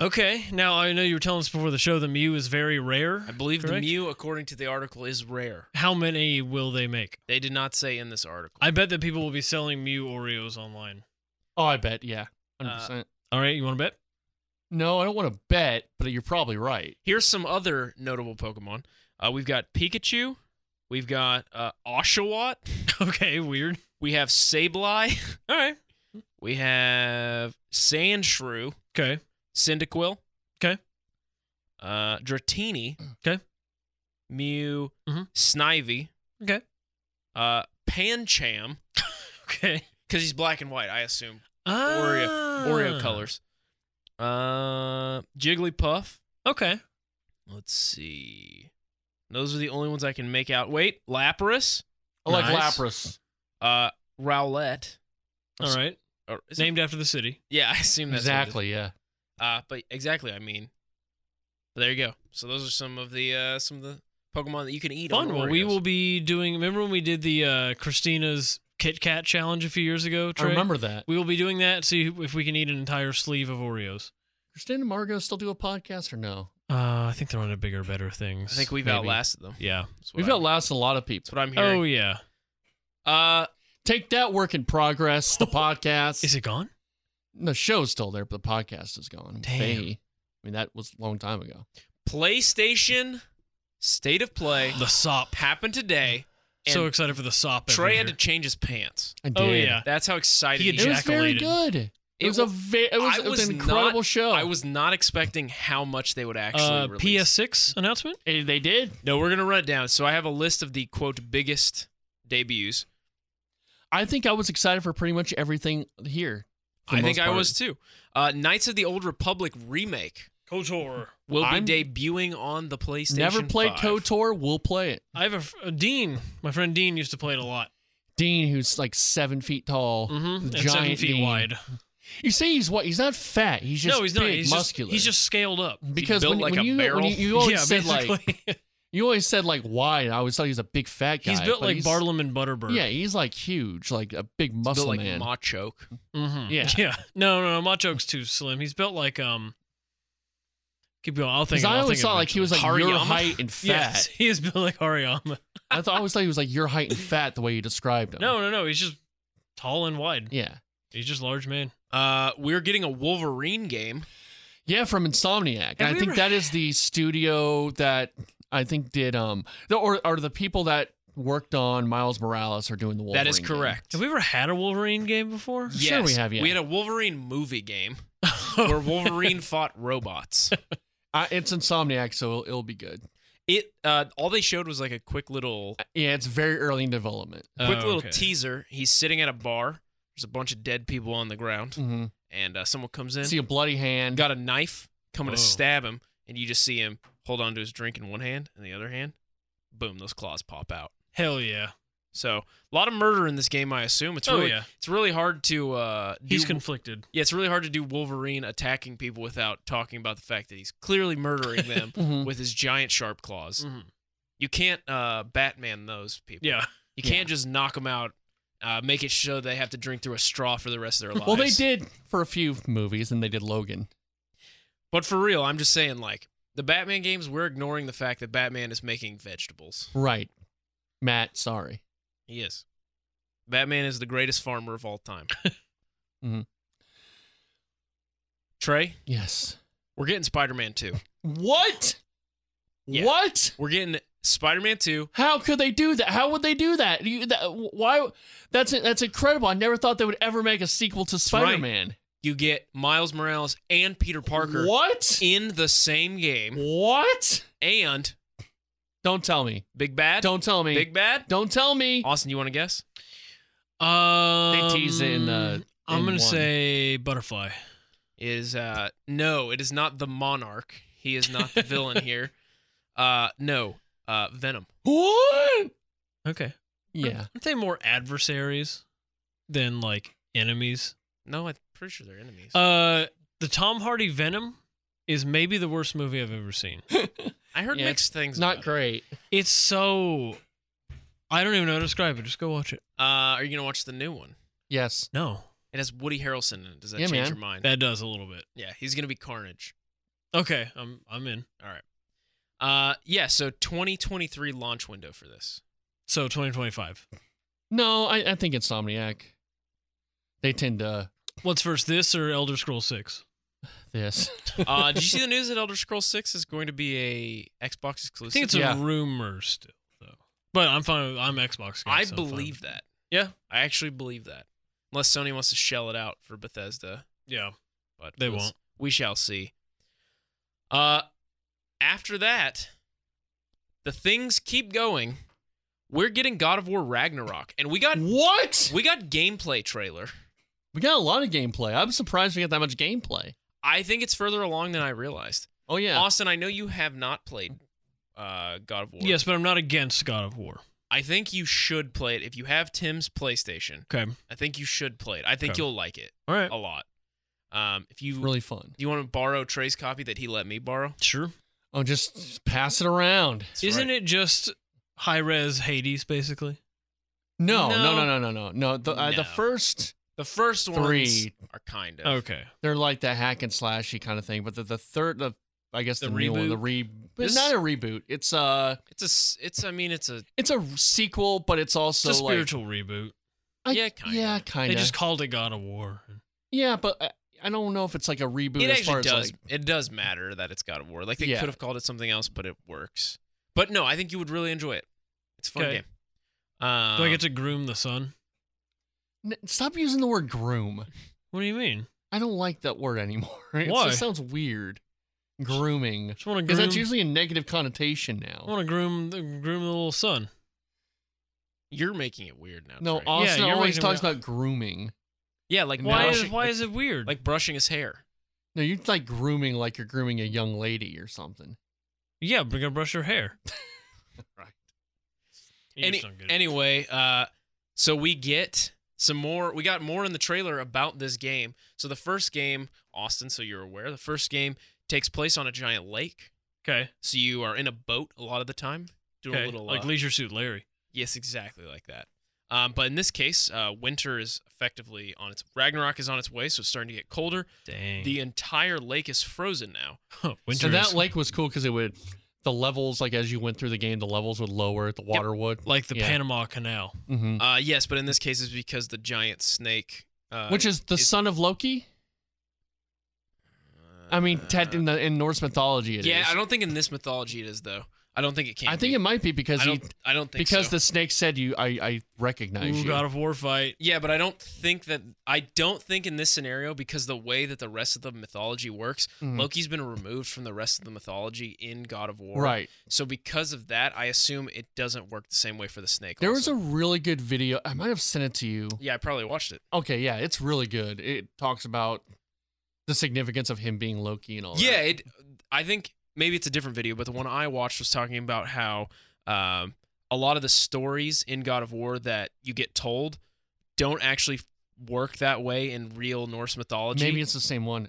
Speaker 3: Okay. Now I know you were telling us before the show the Mew is very rare.
Speaker 4: I believe the
Speaker 3: Correct.
Speaker 4: Mew, according to the article, is rare.
Speaker 3: How many will they make?
Speaker 4: They did not say in this article.
Speaker 3: I bet that people will be selling Mew Oreos online.
Speaker 2: Oh, I bet. Yeah.
Speaker 4: Uh,
Speaker 2: Hundred percent.
Speaker 3: All right, you want to bet? <laughs>
Speaker 2: No, I don't want to bet, but you're probably right.
Speaker 4: Here's some other notable Pokemon. Uh, we've got Pikachu. We've got uh, Oshawott.
Speaker 3: Okay, <laughs> weird.
Speaker 4: We have Sableye. <laughs>
Speaker 3: All right.
Speaker 4: We have Sand Shrew.
Speaker 3: Okay.
Speaker 4: Cyndaquil.
Speaker 3: 'Kay.
Speaker 4: Uh, Dratini.
Speaker 3: 'Kay.
Speaker 4: Mew.
Speaker 3: Mhm.
Speaker 4: Snivy.
Speaker 3: Okay.
Speaker 4: Uh, Pancham.
Speaker 3: <laughs> Okay. Ah.
Speaker 4: Because he's black and white, I assume.
Speaker 3: Oreo.
Speaker 4: Oreo colors. Uh, Jigglypuff.
Speaker 3: Okay.
Speaker 4: Let's see. Those are the only ones I can make out. Wait, Lapras.
Speaker 2: I like
Speaker 3: Nice.
Speaker 2: Lapras.
Speaker 4: Uh, Rowlett.
Speaker 3: All right.
Speaker 4: Or is it-
Speaker 3: Named after the city.
Speaker 4: Yeah, <laughs> I assume that's what it is.
Speaker 2: Exactly. Yeah.
Speaker 4: Uh, but exactly, I mean, but there you go. So those are some of the uh, some of the Pokemon that you can eat.
Speaker 3: Fun.
Speaker 4: on
Speaker 3: Well, we
Speaker 4: Oreos.
Speaker 3: will be doing. Remember when we did the uh, Christina's Kit Kat challenge a few years ago?
Speaker 2: I
Speaker 3: Trey?
Speaker 2: remember that.
Speaker 3: We will be doing that. See if we can eat an entire sleeve of Oreos.
Speaker 2: Christine and Margo still do a podcast or no?
Speaker 3: Uh, I think they're on to bigger, better things.
Speaker 4: I think we've
Speaker 2: maybe.
Speaker 4: outlasted them.
Speaker 3: Yeah.
Speaker 4: That's what
Speaker 2: We've
Speaker 4: I-
Speaker 2: outlasted a lot of people.
Speaker 4: That's what I'm
Speaker 3: Oh
Speaker 4: hearing.
Speaker 3: yeah.
Speaker 4: Uh,
Speaker 2: Take that work in progress. The podcast.
Speaker 3: Is it gone?
Speaker 2: the show's still there, but the podcast is gone.
Speaker 3: Damn.
Speaker 2: They- I mean, that was a long time ago.
Speaker 4: PlayStation State of Play
Speaker 3: The sop.
Speaker 4: happened today. And
Speaker 3: So excited for the sop. every
Speaker 4: Trey
Speaker 3: year.
Speaker 4: had to change his pants.
Speaker 2: I did.
Speaker 3: Oh, yeah.
Speaker 4: That's how excited
Speaker 3: He
Speaker 4: he
Speaker 2: It was
Speaker 3: ejaculated.
Speaker 2: very good. It,
Speaker 4: It
Speaker 2: was
Speaker 4: wa-
Speaker 2: a ve- it was,
Speaker 4: I
Speaker 2: it was
Speaker 4: was
Speaker 2: an incredible
Speaker 4: not-
Speaker 2: show.
Speaker 4: I was not expecting how much they would actually
Speaker 3: Uh,
Speaker 4: release.
Speaker 3: PS6 announcement.
Speaker 2: Eh, they did.
Speaker 4: No, we're gonna run it down. So I have a list of the quote biggest debuts.
Speaker 2: I think I was excited for pretty much everything here. for the
Speaker 4: I think
Speaker 2: most
Speaker 4: I
Speaker 2: part.
Speaker 4: was too. Uh, Knights of the Old Republic remake
Speaker 3: KOTOR.
Speaker 4: will
Speaker 2: I'm-
Speaker 4: be debuting on the PlayStation.
Speaker 2: Never played
Speaker 4: 5.
Speaker 2: KOTOR. We'll play it.
Speaker 3: I have a, f- a Dean. My friend Dean used to play it a lot.
Speaker 2: Dean, who's like seven feet tall,
Speaker 3: Mm-hmm. And
Speaker 2: giant
Speaker 3: seven feet
Speaker 2: Dean.
Speaker 3: wide.
Speaker 2: You say he's what? He's not fat. He's just
Speaker 3: no, he's
Speaker 2: big,
Speaker 3: not. He's
Speaker 2: muscular.
Speaker 3: Just, he's just scaled up.
Speaker 2: because
Speaker 4: built
Speaker 2: when,
Speaker 4: like
Speaker 2: when
Speaker 4: a
Speaker 2: you, when
Speaker 4: barrel.
Speaker 2: you, you always
Speaker 3: <laughs> yeah,
Speaker 2: said like
Speaker 3: basically.
Speaker 2: you always said like wide. I always thought he was a big fat guy.
Speaker 3: he's built
Speaker 2: but
Speaker 3: like Bartlam and Butterbur.
Speaker 2: Yeah, he's like huge, like a big
Speaker 4: It's
Speaker 2: muscle
Speaker 4: built like
Speaker 2: man.
Speaker 4: Machoke.
Speaker 3: Mm-hmm.
Speaker 2: Yeah.
Speaker 3: <laughs> Yeah. No, no, no. Machoke's too slim. He's built like um. Keep going. I'll think.
Speaker 2: Because
Speaker 3: of it,
Speaker 2: I
Speaker 3: I'll
Speaker 2: always
Speaker 3: think of
Speaker 2: thought
Speaker 3: it
Speaker 2: like he was like
Speaker 3: eventually.
Speaker 2: your
Speaker 4: Hariyama?
Speaker 3: <laughs>
Speaker 2: height and fat.
Speaker 3: Yes, he is built like Hariyama.
Speaker 2: I thought, I always thought he was like your height and fat the way you described him.
Speaker 3: No, no, no. He's just tall and wide.
Speaker 2: Yeah.
Speaker 3: He's just large man.
Speaker 4: Uh, we're getting a Wolverine game.
Speaker 2: Yeah, from Insomniac.
Speaker 3: Have
Speaker 2: And I
Speaker 3: we
Speaker 2: think
Speaker 3: ever-
Speaker 2: that is the studio that I think did um the, or are the people that worked on Miles Morales are doing the Wolverine.
Speaker 4: that is
Speaker 2: game.
Speaker 4: correct.
Speaker 3: Have we ever had a Wolverine game before?
Speaker 4: Yes,
Speaker 2: Sure we have, yeah.
Speaker 4: We had a Wolverine movie game
Speaker 2: <laughs>
Speaker 4: where Wolverine fought robots.
Speaker 2: I, it's Insomniac, so it'll, it'll be good.
Speaker 4: It uh, all they showed was like a quick little
Speaker 2: Yeah, it's very early in development.
Speaker 4: quick
Speaker 3: Oh,
Speaker 4: little
Speaker 3: okay.
Speaker 4: teaser. He's sitting at a bar. There's a bunch of dead people on the ground,
Speaker 2: hmm
Speaker 4: and uh, someone comes in,
Speaker 2: See Oh. a bloody hand.
Speaker 4: got a knife, coming to
Speaker 3: Whoa.
Speaker 4: stab him, and you just see him hold on to his drink in one hand and the other hand. Boom! Those claws pop out.
Speaker 3: <laughs> Hell yeah.
Speaker 4: So a lot of murder in this game, I assume. It's
Speaker 3: oh
Speaker 4: really
Speaker 3: yeah.
Speaker 4: it's really hard to uh, do
Speaker 3: He's conflicted.
Speaker 4: Yeah, it's really hard to do Wolverine attacking people without talking about the fact that he's
Speaker 2: <laughs>
Speaker 4: clearly murdering them
Speaker 2: Mhm.
Speaker 4: with his giant sharp claws.
Speaker 2: Mm.
Speaker 3: Mhm.
Speaker 4: You can't uh, Batman those people.
Speaker 3: Yeah.
Speaker 4: You can't just knock them out, uh, make it so they have to drink through a straw for the rest of their lives.
Speaker 2: Well, they did for a few movies, and they did Logan.
Speaker 4: But for real, I'm just saying, like, the Batman games, we're ignoring the fact that Batman is making vegetables.
Speaker 2: Right, Matt. Sorry.
Speaker 4: He is. Batman is the greatest farmer of
Speaker 2: <laughs>
Speaker 4: all time.
Speaker 2: Mhm.
Speaker 4: Trey,
Speaker 2: Yes.
Speaker 4: we're getting Spider Man 2.
Speaker 2: What?
Speaker 4: Yeah.
Speaker 2: What?
Speaker 4: We're getting Spider Man 2.
Speaker 2: How could they do that? How would they do that? You, that why? That's that's incredible. I never thought they would ever make a sequel to
Speaker 4: right.
Speaker 2: Spider-Man.
Speaker 4: you get Miles Morales and Peter Parker
Speaker 2: What?
Speaker 4: in the same game.
Speaker 2: What?
Speaker 4: And
Speaker 2: Don't tell me.
Speaker 4: Big Bad.
Speaker 2: Don't tell me.
Speaker 4: Big Bad.
Speaker 2: Don't tell me.
Speaker 4: Austin, you want to guess?
Speaker 3: Um,
Speaker 2: tease it in, uh,
Speaker 3: I'm
Speaker 2: in
Speaker 3: gonna
Speaker 2: one.
Speaker 3: say butterfly.
Speaker 4: It Is uh no, it is not the Monarch. He is not
Speaker 2: <laughs>
Speaker 4: the villain here. Uh no, uh Venom.
Speaker 2: What?
Speaker 3: Okay.
Speaker 2: Yeah.
Speaker 3: Aren't they more adversaries than like enemies?
Speaker 4: No, I'm pretty sure they're enemies.
Speaker 3: Uh, the Tom Hardy Venom is maybe the worst movie I've ever seen.
Speaker 4: I heard
Speaker 2: yeah,
Speaker 4: mixed things.
Speaker 2: It's not
Speaker 4: about
Speaker 2: great.
Speaker 3: It's so. I don't even know how to describe it. Just go watch it.
Speaker 4: it. Uh, are you gonna watch the new one?
Speaker 2: Yes.
Speaker 3: No,
Speaker 4: It has Woody Harrelson in it. Does that
Speaker 2: Yeah,
Speaker 4: change
Speaker 2: man.
Speaker 4: your mind?
Speaker 3: that does a little bit.
Speaker 4: yeah, he's gonna be Carnage.
Speaker 3: Okay, I'm I'm in.
Speaker 4: Uh, yeah. So 2023 launch window for this.
Speaker 3: So 2025.
Speaker 2: No, I, I think Insomniac. They tend to
Speaker 3: What's first, this or Elder Scrolls Six?
Speaker 2: this.
Speaker 4: Uh, did you see the news that Elder Scrolls 6 is going to be a Xbox
Speaker 3: I
Speaker 4: exclusive?
Speaker 3: think it's
Speaker 2: Yeah.
Speaker 3: a rumor still, though. But I'm fine. With, I'm Xbox. Guy,
Speaker 4: I
Speaker 3: so I'm fine.
Speaker 4: believe that.
Speaker 3: Yeah.
Speaker 4: I actually believe that. Unless Sony wants to shell it out for Bethesda,
Speaker 3: Yeah.
Speaker 4: but
Speaker 3: They
Speaker 4: we'll-
Speaker 3: won't.
Speaker 4: We shall see. Uh, after that, the things keep going. We're getting God of War Ragnarok, and we got
Speaker 2: What?
Speaker 4: we got gameplay trailer.
Speaker 2: We got a lot of gameplay. I'm surprised we got that much gameplay.
Speaker 4: I think it's further along than I realized.
Speaker 2: Oh yeah.
Speaker 4: Austin, I know you have not played uh, God of War.
Speaker 3: Yes, but I'm not against God of War.
Speaker 4: I think you should play it. If you have Tim's PlayStation,
Speaker 3: Okay.
Speaker 4: I think you should play it. I think
Speaker 3: Okay.
Speaker 4: you'll like it
Speaker 3: All right.
Speaker 4: a lot. Um, if you
Speaker 2: It's really fun.
Speaker 4: do you want to borrow Trey's copy that he let me borrow?
Speaker 3: Sure.
Speaker 2: Oh, just, just pass it around.
Speaker 3: Isn't it just high res Hades basically?
Speaker 2: No, no,
Speaker 4: No.
Speaker 2: no, no, no, no. No, the, Uh, the
Speaker 4: No.
Speaker 2: first
Speaker 4: The first ones
Speaker 2: Three.
Speaker 4: are kind of
Speaker 3: Okay.
Speaker 2: they're like the hack and slashy kind of thing, but the, the third, the I guess
Speaker 3: The
Speaker 2: the, new one, the
Speaker 3: reboot?
Speaker 2: re,
Speaker 3: This-
Speaker 2: it's not a reboot. It's a
Speaker 4: It's a s- it's I mean it's a
Speaker 2: it's a sequel, but it's
Speaker 3: It's
Speaker 2: also
Speaker 3: a
Speaker 2: like
Speaker 3: spiritual reboot.
Speaker 2: I-
Speaker 4: Yeah, kinda.
Speaker 2: yeah,
Speaker 3: They
Speaker 2: kind of.
Speaker 3: just called it God of War.
Speaker 2: Yeah, but I, I don't know if it's like a reboot.
Speaker 4: it
Speaker 2: as far
Speaker 4: actually
Speaker 2: as
Speaker 4: does
Speaker 2: like-
Speaker 4: it does matter that it's God of War. Like they
Speaker 2: Yeah.
Speaker 4: could have called it something else, but it works. But no, I think you would really enjoy it. It's a fun
Speaker 3: Okay.
Speaker 4: game. Um,
Speaker 3: Do I get to groom the son?
Speaker 2: N- stop using the word groom.
Speaker 3: What do you mean?
Speaker 2: I don't like that word anymore. <laughs> It
Speaker 3: Why?
Speaker 2: just sounds weird. Grooming,
Speaker 3: Just want to
Speaker 2: because
Speaker 3: groom.
Speaker 2: that's usually a negative connotation
Speaker 3: I
Speaker 2: now.
Speaker 3: want to groom the groom the little son.
Speaker 4: you're making it weird now.
Speaker 2: No,
Speaker 4: Trey.
Speaker 2: Austin
Speaker 3: you're
Speaker 2: always
Speaker 3: making
Speaker 2: talks
Speaker 3: me-
Speaker 2: about grooming.
Speaker 4: yeah, like
Speaker 3: Why is
Speaker 4: brushing,
Speaker 3: why
Speaker 4: like,
Speaker 3: is it
Speaker 2: Mm-hmm.
Speaker 3: weird?
Speaker 4: like brushing his hair?
Speaker 2: No, you like grooming like you're grooming a young lady or something.
Speaker 3: yeah, we're gonna brush your hair.
Speaker 2: Right.
Speaker 3: You
Speaker 4: Any-
Speaker 3: just don't get it.
Speaker 4: anyway, uh, so we get some more. We got more in the trailer about this game. So the first game, Austin, so you're aware, the first game takes place on a giant lake.
Speaker 3: okay,
Speaker 4: So you are in a boat a lot of the time, doing
Speaker 3: okay.
Speaker 4: a little
Speaker 3: like
Speaker 4: uh,
Speaker 3: Leisure Suit Larry.
Speaker 4: yes, exactly like that. Um, but in this case, uh, winter is effectively on its Ragnarok is on its way, so it's starting to get colder.
Speaker 3: Dang.
Speaker 2: Mm.
Speaker 4: The entire lake is
Speaker 2: <laughs>
Speaker 4: frozen now.
Speaker 3: <laughs> Huh, winter
Speaker 2: So that
Speaker 3: is-
Speaker 2: lake was cool because it would the levels like as you went through the game, the levels would lower, the water would.
Speaker 3: like the
Speaker 2: Yeah.
Speaker 3: Panama Canal.
Speaker 2: hmm
Speaker 4: Uh, yes, but in this case, it's because the giant snake, uh,
Speaker 2: Which is the
Speaker 4: it's-
Speaker 2: son of Loki. I mean,
Speaker 4: uh,
Speaker 2: Ted in the in Norse mythology, it is.
Speaker 4: yeah, I don't think in this mythology it is though. I don't think it can.
Speaker 2: I think
Speaker 4: be.
Speaker 2: it might be because
Speaker 4: I
Speaker 2: he
Speaker 4: don't. I don't think
Speaker 2: because
Speaker 4: so.
Speaker 2: the snake said you. I I recognize
Speaker 3: Ooh,
Speaker 2: you.
Speaker 3: God of War fight.
Speaker 4: yeah, but I don't think that. I don't think in this scenario because the way that the rest of the mythology works,
Speaker 2: Mhm.
Speaker 4: Loki's been removed from the rest of the mythology in God of War.
Speaker 2: Right.
Speaker 4: So because of that, I assume it doesn't work the same way for the snake.
Speaker 2: There was
Speaker 4: also.
Speaker 2: a really good video. I might have sent it to you.
Speaker 4: Yeah, I probably watched it.
Speaker 2: Okay, yeah, it's really good. It talks about the significance of him being Loki and all
Speaker 4: yeah,
Speaker 2: that.
Speaker 4: it. I think maybe it's a different video, but the one I watched was talking about how um, a lot of the stories in God of War that you get told don't actually work that way in real Norse mythology.
Speaker 2: Maybe it's the same one.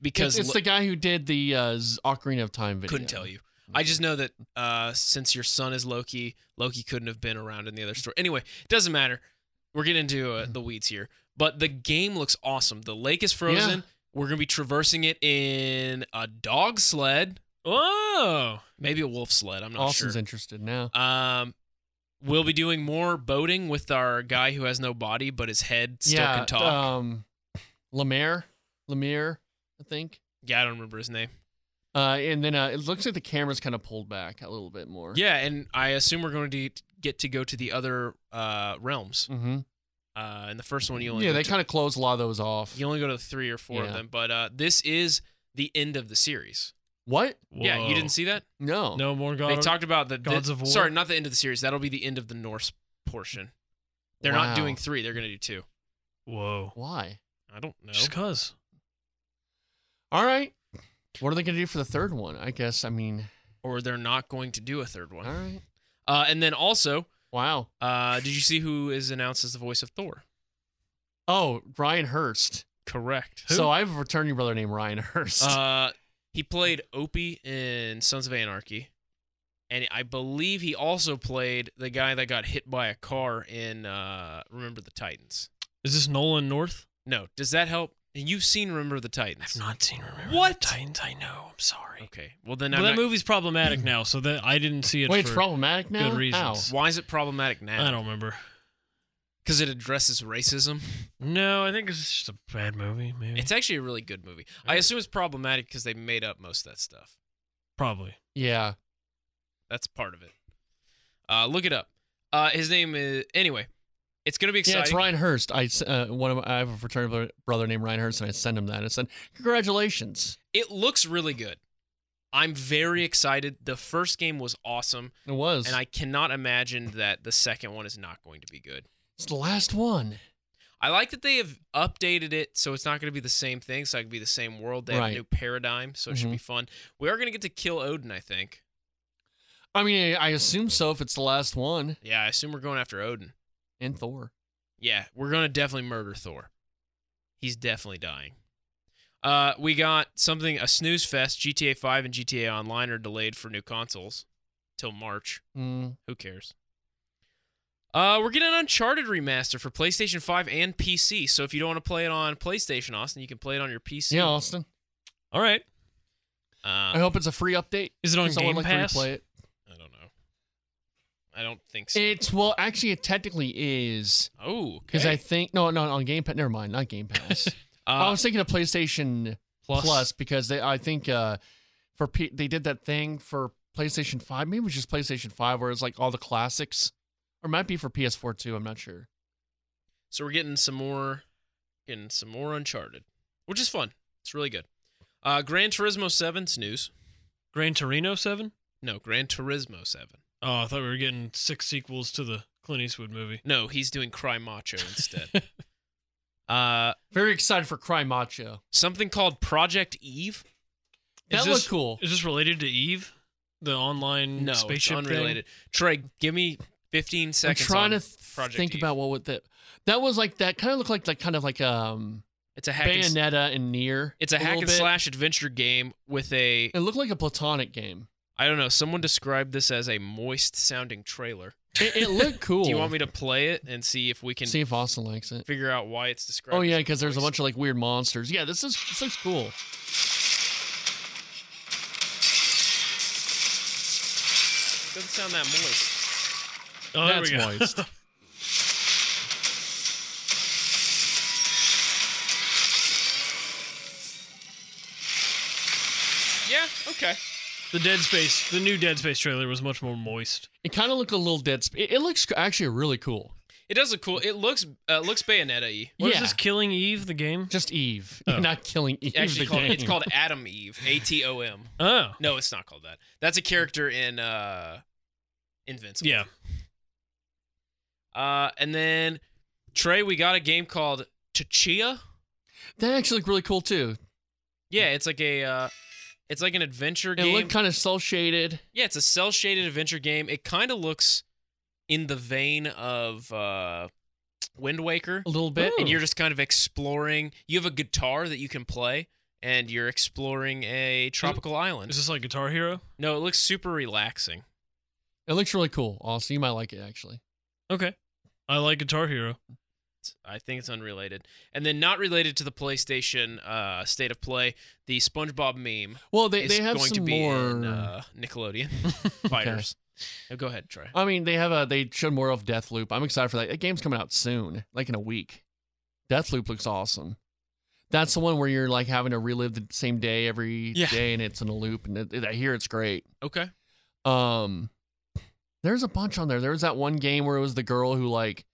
Speaker 4: because
Speaker 2: It's, it's
Speaker 4: Lo-
Speaker 2: the guy who did the uh, Z- Ocarina of Time video.
Speaker 4: couldn't tell you. I just know that uh, since your son is Loki, Loki couldn't have been around in the other story. Anyway, it doesn't matter. We're getting into
Speaker 2: Mm-hmm.
Speaker 4: uh, the weeds here, but the game looks awesome. The lake is frozen. We're gonna be traversing it in a dog sled,
Speaker 3: Oh,
Speaker 4: maybe a wolf sled. I'm not
Speaker 2: Austin's
Speaker 4: sure.
Speaker 2: interested now.
Speaker 4: um, we'll be doing more boating with our guy who has no body but his head still
Speaker 2: yeah,
Speaker 4: can talk.
Speaker 2: um, Lemire, Lemire, I think.
Speaker 4: yeah, I don't remember his name.
Speaker 2: Uh, and then uh, it looks like the camera's kind of pulled back a little bit more.
Speaker 4: Yeah, and I assume we're going to get to go to the other uh, realms.
Speaker 2: hmm
Speaker 4: Uh, in the first one, you only
Speaker 2: Yeah,
Speaker 4: go
Speaker 2: they
Speaker 4: to
Speaker 2: kind of close a lot of those off.
Speaker 4: You only go to the three or four of
Speaker 2: Yeah.
Speaker 4: them, but uh, this is the end of the series.
Speaker 2: What?
Speaker 4: Yeah, you
Speaker 3: Whoa.
Speaker 4: didn't see that?
Speaker 2: No.
Speaker 3: No more God.
Speaker 4: they
Speaker 3: of-
Speaker 4: talked about the the-
Speaker 3: Gods of War?
Speaker 4: Sorry, not the end of the series. That'll be the end of the Norse portion. They're
Speaker 2: Wow.
Speaker 4: not doing three. They're gonna do two.
Speaker 3: Whoa.
Speaker 2: Why?
Speaker 4: I don't know.
Speaker 3: Just cause.
Speaker 2: All right. What are they going to do for the third one? I guess. I mean,
Speaker 4: Or they're not going to do a third
Speaker 2: all
Speaker 4: one.
Speaker 2: right.
Speaker 4: Uh, and then also,
Speaker 2: Wow.
Speaker 4: uh, did you see who is announced as the voice of Thor?
Speaker 2: Oh, Ryan Hurst.
Speaker 4: Correct.
Speaker 2: So I have a fraternity brother named Ryan Hurst.
Speaker 4: Uh, he played Opie in Sons of Anarchy, and I believe he also played the guy that got hit by a car in uh, Remember the Titans.
Speaker 3: Is this Nolan North?
Speaker 4: No. Does that help? And you've seen Remember the
Speaker 3: I've
Speaker 4: Titans.
Speaker 3: not seen Remember
Speaker 4: What?
Speaker 3: the Titans. I know. I'm sorry.
Speaker 4: Okay. Well, then
Speaker 3: Well,
Speaker 4: I'm
Speaker 3: that
Speaker 4: not-
Speaker 3: movie's problematic now, so that I didn't see it
Speaker 2: Wait, it's
Speaker 3: for
Speaker 2: problematic now.
Speaker 3: good reasons.
Speaker 2: How?
Speaker 4: why is it problematic
Speaker 3: I
Speaker 4: now?
Speaker 3: don't remember.
Speaker 4: Because it addresses racism.
Speaker 3: No, I think it's just a bad movie.
Speaker 2: Mm-hmm.
Speaker 3: Maybe
Speaker 4: It's actually a really good movie. I assume it's problematic because they made up most of that stuff.
Speaker 3: probably.
Speaker 2: Yeah.
Speaker 4: That's part of it. Uh, look it up. Uh, his name is anyway. It's gonna be
Speaker 2: Yeah, it's
Speaker 4: exciting.
Speaker 2: Ryan Hurst. I s- uh, one of my, I have a fraternity bro- brother named Ryan Hurst, and I send him that. I said, "Congratulations."
Speaker 4: It looks really good. I'm very excited. The first game was awesome,
Speaker 2: It was.
Speaker 4: and I cannot imagine that the second one is not going to be good.
Speaker 2: it's the last one.
Speaker 4: I like that they have updated it so it's not going to be the same thing. It's not going to be the same world. They have
Speaker 2: Right.
Speaker 4: a new paradigm, so it should
Speaker 2: Mhm.
Speaker 4: be fun. We are going to get to kill Odin, I think.
Speaker 2: I mean, I I assume so. If it's the last one,
Speaker 4: Yeah, I assume we're going after Odin.
Speaker 2: and Thor.
Speaker 4: Yeah, we're going to definitely murder Thor. He's definitely dying. Uh, we got something a snooze fest. GTA 5 and GTA Online are delayed for new consoles till March.
Speaker 2: Mm,
Speaker 4: Who cares? Uh, we're getting an Uncharted remaster for PlayStation 5 and PC. So if you don't want to play it on PlayStation, Austin, you can play it on your Uh, PC.
Speaker 2: yeah, Austin.
Speaker 3: All right.
Speaker 4: Uh,
Speaker 2: I hope it's a free update.
Speaker 3: Is it on
Speaker 2: 'cause I would
Speaker 3: Game
Speaker 2: like to
Speaker 3: Pass?
Speaker 2: replay it.
Speaker 4: I don't know. I don't think so.
Speaker 2: It's well, actually, it technically is
Speaker 4: oh,
Speaker 2: because
Speaker 4: okay.
Speaker 2: I think no, no, on Game Pass. Never mind, not Game Pass. I
Speaker 4: <laughs> uh,
Speaker 2: was thinking of PlayStation
Speaker 3: Plus.
Speaker 2: Plus, because they, I think, uh, for P- they did that thing for PlayStation Five. Maybe it was just PlayStation Five, where it's like all the classics, or it might be for PS4 too. I'm not sure.
Speaker 4: so we're getting some more, getting some more Uncharted, which is fun. It's really good. Uh, Gran Turismo Seven snooze.
Speaker 3: Gran Torino 7?
Speaker 4: No, Gran Turismo Seven.
Speaker 3: Oh, I thought we were getting six sequels to the Clint Eastwood movie.
Speaker 4: No, he's doing Cry Macho instead.
Speaker 2: <laughs>
Speaker 4: uh,
Speaker 2: Very excited for Cry Macho.
Speaker 4: something called Project Eve.
Speaker 3: Is
Speaker 2: That
Speaker 3: this-
Speaker 2: looked cool.
Speaker 3: Is this related to Eve? The online
Speaker 4: No, it's
Speaker 3: spaceship thing?
Speaker 4: unrelated. Trey, give me
Speaker 2: Mm,
Speaker 4: 15
Speaker 2: I'm
Speaker 4: seconds.
Speaker 2: trying to
Speaker 4: on
Speaker 2: th-
Speaker 4: Project
Speaker 2: think
Speaker 4: Eve.
Speaker 2: about what would that. That was like that kind of looked like that kind of like um
Speaker 4: It's a hack. And, s-
Speaker 2: Bayonetta and Near.
Speaker 4: it's a hack and
Speaker 2: bit.
Speaker 4: slash adventure game with a
Speaker 2: It looked like a platonic game.
Speaker 4: I don't know. Someone described this as a moist sounding trailer.
Speaker 2: It, it looked cool.
Speaker 4: <laughs> Do you want me to play it and see if we can
Speaker 2: see if Austin likes it?
Speaker 4: figure out why it's described?
Speaker 2: Oh yeah,
Speaker 4: as
Speaker 2: because there's a
Speaker 4: moist?
Speaker 2: bunch of like weird monsters. Yeah, this is this looks cool.
Speaker 4: Doesn't sound that moist.
Speaker 3: Oh, there
Speaker 2: That's
Speaker 3: we go.
Speaker 4: <laughs>
Speaker 2: moist.
Speaker 4: Yeah. Okay.
Speaker 3: The Dead Space, the new Dead Space trailer was much more moist.
Speaker 2: It kind of looked a little dead. Sp- it, it looks c- actually really cool.
Speaker 4: It does look cool. It looks uh, looks Bayonetta y.
Speaker 3: What is
Speaker 2: yeah,
Speaker 3: this? Killing Eve, the game?
Speaker 2: just Eve,
Speaker 3: Oh.
Speaker 2: <laughs> not killing Eve.
Speaker 4: Actually,
Speaker 2: the
Speaker 4: called,
Speaker 2: game.
Speaker 4: it's called Adam Eve. A T O M.
Speaker 3: Oh,
Speaker 4: No, it's not called that. That's a character in uh, Invincible.
Speaker 3: yeah.
Speaker 4: Uh, and then Trey, we got a game called Tachia.
Speaker 2: That actually looked really cool too.
Speaker 4: Yeah, it's like a uh, it's like an adventure
Speaker 2: It
Speaker 4: game.
Speaker 2: looked kind of cell shaded.
Speaker 4: Yeah, it's a cell shaded adventure game. It kind of looks in the vein of uh, Wind Waker,
Speaker 2: A little bit.
Speaker 3: Ooh.
Speaker 4: and you're just kind of exploring. You have a guitar that you can play, and you're exploring a tropical
Speaker 3: Is
Speaker 4: island.
Speaker 3: this like Guitar Hero?
Speaker 4: No, it looks super relaxing.
Speaker 2: It looks really cool. Austin, you might like it actually.
Speaker 3: Okay. I like Guitar Hero.
Speaker 4: It's- I think it's unrelated. And then, not related to the PlayStation uh, State of Play, the SpongeBob meme
Speaker 2: Well, they,
Speaker 4: is
Speaker 2: they have
Speaker 4: going to
Speaker 2: some
Speaker 4: be
Speaker 2: more.
Speaker 4: in uh, <laughs> Nickelodeon Fighters. Now Go ahead, Trey.
Speaker 2: I mean, they have a they showed more of Deathloop. I'm excited for that. That game's coming out soon, like in a week. Deathloop looks awesome. That's the one where you're like having to relive the same day every day,
Speaker 4: Yeah.
Speaker 2: and it's in a loop. And it, it- I hear it's great.
Speaker 4: Okay.
Speaker 2: Um, there's a bunch on there. There was that one game where it was the girl who like,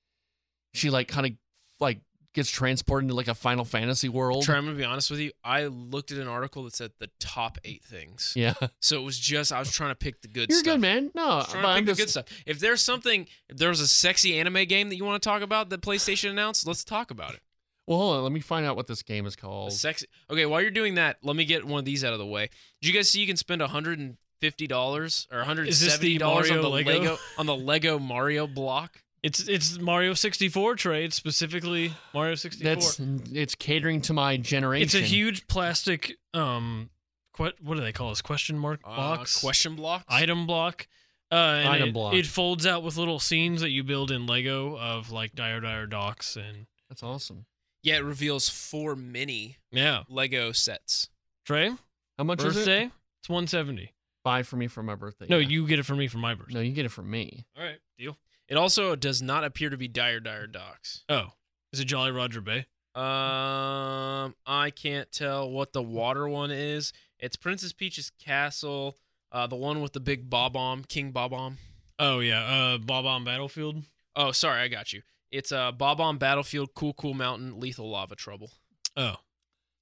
Speaker 2: she like kind of like gets transported into like a Final Fantasy world.
Speaker 4: Trey, I'm gonna be honest with you. I looked at an article that said the top eight things.
Speaker 2: <laughs> yeah,
Speaker 4: So it was just I was trying to pick the good
Speaker 2: you're
Speaker 4: stuff.
Speaker 2: good, man. No,
Speaker 4: I was
Speaker 2: Uh, but
Speaker 4: trying to
Speaker 2: I'm
Speaker 4: pick
Speaker 2: just
Speaker 4: the good stuff. If there's something, if there's a sexy anime game that you want to talk about that PlayStation announced, let's talk about it.
Speaker 2: well. Hold on, let me find out what this game is
Speaker 4: A
Speaker 2: called.
Speaker 4: sexy. Okay, while you're doing that, let me get one of these out of the way. Did you guys see you can spend 150 dollars or 170 dollars on
Speaker 3: Mario
Speaker 4: the
Speaker 3: Lego?
Speaker 4: Lego on the Lego Mario block?
Speaker 3: It's it's Mario 64 trade, specifically Mario 64.
Speaker 2: That's it's catering to my generation.
Speaker 3: it's a huge plastic um what what do they call this question mark
Speaker 4: Uh,
Speaker 3: box
Speaker 4: question blocks.
Speaker 3: item block. Uh, and
Speaker 2: Item
Speaker 3: it,
Speaker 2: block.
Speaker 3: It folds out with little scenes that you build in Lego of like Dire Dire Docks and
Speaker 2: That's awesome.
Speaker 4: yeah, it reveals four mini
Speaker 3: yeah.
Speaker 4: Lego sets.
Speaker 3: Trey,
Speaker 2: How much is it?
Speaker 3: birthday, it's 170.
Speaker 2: Buy for me for my birthday.
Speaker 3: No,
Speaker 2: yeah.
Speaker 3: you get it from me for my birthday.
Speaker 2: No, you get it from me.
Speaker 3: All right, deal.
Speaker 4: It also does not appear to be Dire Dire Docs.
Speaker 3: Oh, is it Jolly Roger Bay?
Speaker 4: Um, I can't tell what the
Speaker 3: Mm-hmm.
Speaker 4: water one is. It's Princess Peach's castle. Uh, the one with the big bob bomb, King bob bomb.
Speaker 3: Oh yeah, uh, Bob on Battlefield.
Speaker 4: Oh, sorry, I got you. It's uh, Bob on Battlefield, Cool Cool Mountain, Lethal Lava Trouble.
Speaker 3: Oh,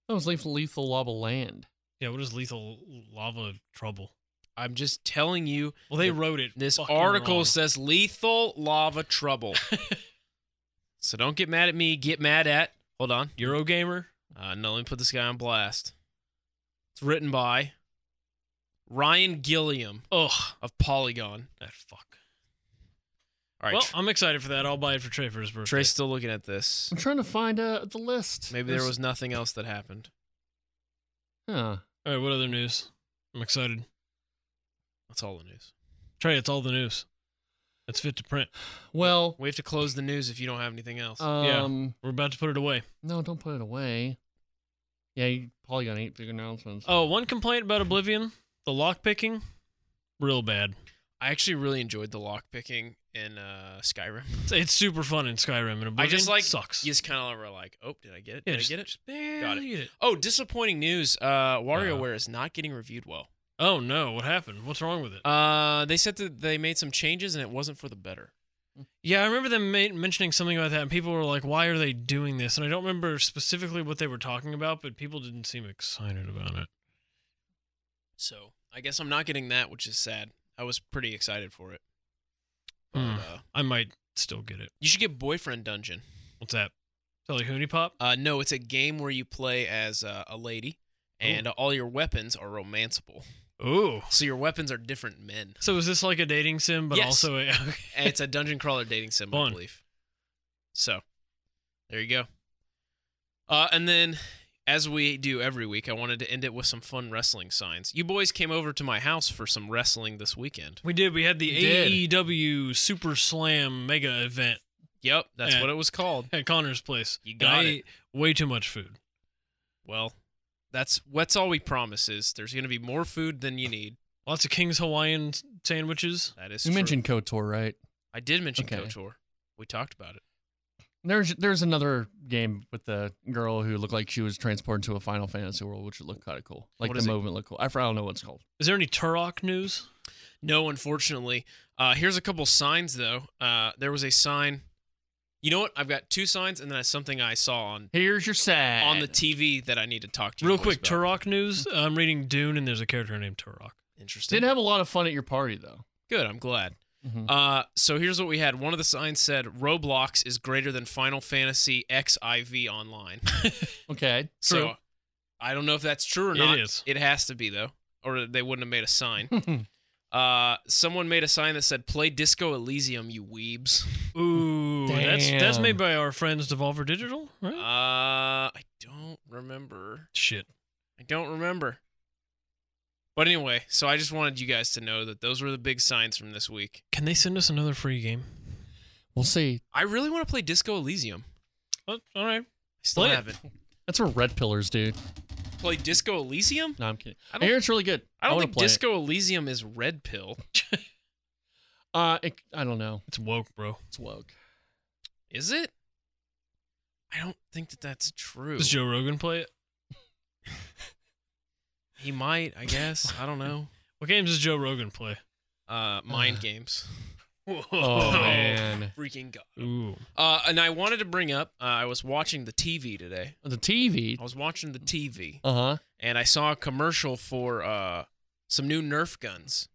Speaker 2: That was lethal, lethal lava land.
Speaker 3: yeah. What is lethal lava trouble?
Speaker 4: I'm just telling you,
Speaker 3: Well, they
Speaker 4: Yeah.
Speaker 3: wrote it.
Speaker 4: this
Speaker 3: fucking
Speaker 4: article
Speaker 3: wrong.
Speaker 4: says Lethal
Speaker 3: <laughs>
Speaker 4: Lava Trouble. so don't get mad at me. Get mad at. Hold on.
Speaker 3: Eurogamer.
Speaker 4: Uh, no, let me put this guy on blast. It's written by Ryan Gilliam
Speaker 3: Ugh,
Speaker 4: of Polygon.
Speaker 3: that fuck.
Speaker 4: All right,
Speaker 3: well,
Speaker 4: Tr-
Speaker 3: I'm excited for that. I'll buy it for Trey for his birthday.
Speaker 4: Trey's still looking at this.
Speaker 2: I'm trying to find uh, the list.
Speaker 4: Maybe there
Speaker 2: There's-
Speaker 4: was nothing else that happened.
Speaker 2: Huh.
Speaker 3: All right, what other news? I'm excited.
Speaker 4: That's all the news.
Speaker 3: Trey, it's all the news. It's fit to print.
Speaker 2: Well,
Speaker 4: We have to close the news if you don't have anything else.
Speaker 3: Yeah.
Speaker 2: um,
Speaker 3: We're about to put it away.
Speaker 2: no, don't put it away. Yeah, you probably got eight big announcements.
Speaker 3: Oh, one complaint about Oblivion: the lock picking, real bad.
Speaker 4: I actually really enjoyed the lock picking in uh, Skyrim.
Speaker 3: <laughs> It's, it's super fun in Skyrim, and Oblivion
Speaker 4: I just like
Speaker 3: sucks.
Speaker 4: You just kind of were like, oh, did I get it?
Speaker 3: yeah,
Speaker 4: did
Speaker 3: just,
Speaker 4: I get it?
Speaker 3: just barely
Speaker 4: Got it.
Speaker 3: get it.
Speaker 4: Oh, disappointing news. Uh, WarioWare is not getting reviewed well.
Speaker 3: Oh no, what happened? What's wrong with it?
Speaker 4: Uh, they said that they made some changes and it wasn't for the better.
Speaker 3: Yeah, I remember them ma- mentioning something about that, and people were like, "Why are they doing this?" And I don't remember specifically what they were talking about, but people didn't seem excited about it.
Speaker 4: So I guess I'm not getting that, which is sad. I was pretty excited for it. But,
Speaker 3: Hmm.
Speaker 4: uh,
Speaker 3: I might still get it.
Speaker 4: you should get Boyfriend Dungeon.
Speaker 3: What's that? Is that like Hoonie Pop?
Speaker 4: Uh, no, it's a game where you play as uh, a lady, and all your weapons are romanceable.
Speaker 3: Ooh.
Speaker 4: So your weapons are different men.
Speaker 3: So is this like a dating sim, but
Speaker 4: Yes.
Speaker 3: also a, <laughs>
Speaker 4: And it's a dungeon crawler dating sim, I
Speaker 3: Fun.
Speaker 4: believe. So, there you go. Uh, and then, as we do every week, I wanted to end it with some fun wrestling signs. You boys came over to my house for some wrestling this weekend.
Speaker 3: we did? We had the
Speaker 2: We did.
Speaker 3: AEW Super Slam Mega Event
Speaker 4: Yep, that's
Speaker 3: Yeah.
Speaker 4: what it was called.
Speaker 3: at Connor's place.
Speaker 4: You
Speaker 3: And
Speaker 4: got
Speaker 3: I
Speaker 4: it.
Speaker 3: ate way too much food.
Speaker 4: Well, that's what's all we promise is there's going to be more food than you need.
Speaker 3: Lots of King's Hawaiian s- sandwiches.
Speaker 4: That is
Speaker 2: you
Speaker 4: true.
Speaker 2: mentioned KOTOR, right?
Speaker 4: I did mention
Speaker 2: Okay.
Speaker 4: KOTOR. We talked about it.
Speaker 2: There's there's another game with the girl who looked like she was transported to a Final Fantasy world, which looked kind of cool. Like
Speaker 4: What
Speaker 2: the
Speaker 4: is it?
Speaker 2: movement looked cool. I, forgot- I don't know what it's called.
Speaker 3: Is there any Turok news?
Speaker 4: No, unfortunately. Uh, here's a couple signs though. Uh, there was a sign. You know what? I've got two signs and then something I saw on
Speaker 2: Here's your sad.
Speaker 4: on the TV that I need to talk to you.
Speaker 3: Real
Speaker 4: boys
Speaker 3: quick,
Speaker 4: about.
Speaker 3: Turok <laughs> news. I'm reading Dune, and there's a character named Turok.
Speaker 4: Interesting.
Speaker 2: Did have a lot of fun at your party though.
Speaker 4: Good. I'm glad.
Speaker 3: Mm-hmm.
Speaker 2: Mhm.
Speaker 4: Uh, so here's what we had. One of the signs said Roblox is greater than Final Fantasy XIV
Speaker 3: <laughs>
Speaker 4: Online.
Speaker 2: Okay.
Speaker 4: So I don't know if that's true or
Speaker 3: It
Speaker 4: not.
Speaker 3: is.
Speaker 4: It has to be though, or they wouldn't have made a sign.
Speaker 2: True. <laughs>
Speaker 4: Uh, someone made a sign that said "Play Disco Elysium, you weebs."
Speaker 3: Ooh, that's that's
Speaker 2: Damn.
Speaker 3: made by our friends Devolver Digital, right?
Speaker 4: Uh, I don't remember.
Speaker 3: Shit.
Speaker 4: I don't remember. But anyway, so I just wanted you guys to know that those were the big signs from this week.
Speaker 3: Can they send us another free game?
Speaker 2: we'll see.
Speaker 4: I really want to play Disco Elysium.
Speaker 3: Oh, all right.
Speaker 4: I still
Speaker 3: Play it.
Speaker 4: haven't.
Speaker 2: That's where red pillars, dude.
Speaker 4: Play Disco Elysium?
Speaker 2: No, I'm kidding.
Speaker 4: I
Speaker 2: I,
Speaker 4: don't-
Speaker 2: hear it's really good.
Speaker 4: I don't
Speaker 2: wanna
Speaker 4: think
Speaker 2: play it.
Speaker 4: Disco Elysium is red pill,
Speaker 2: Uh, it, I don't know.
Speaker 3: It's woke, bro.
Speaker 2: It's woke.
Speaker 4: is it? I don't think that that's true.
Speaker 3: Does Joe Rogan play it?
Speaker 4: He might, I guess. I don't know.
Speaker 3: What games does Joe Rogan play?
Speaker 4: Uh, mind games.
Speaker 3: Whoa.
Speaker 2: Oh <laughs> man,
Speaker 4: Freaking god.
Speaker 3: Ooh.
Speaker 4: Uh, and I wanted to bring up. Uh, I was watching the TV today.
Speaker 2: the TV.
Speaker 4: I was watching the TV,
Speaker 2: Uh huh.
Speaker 4: and I saw a commercial for uh, some new Nerf guns.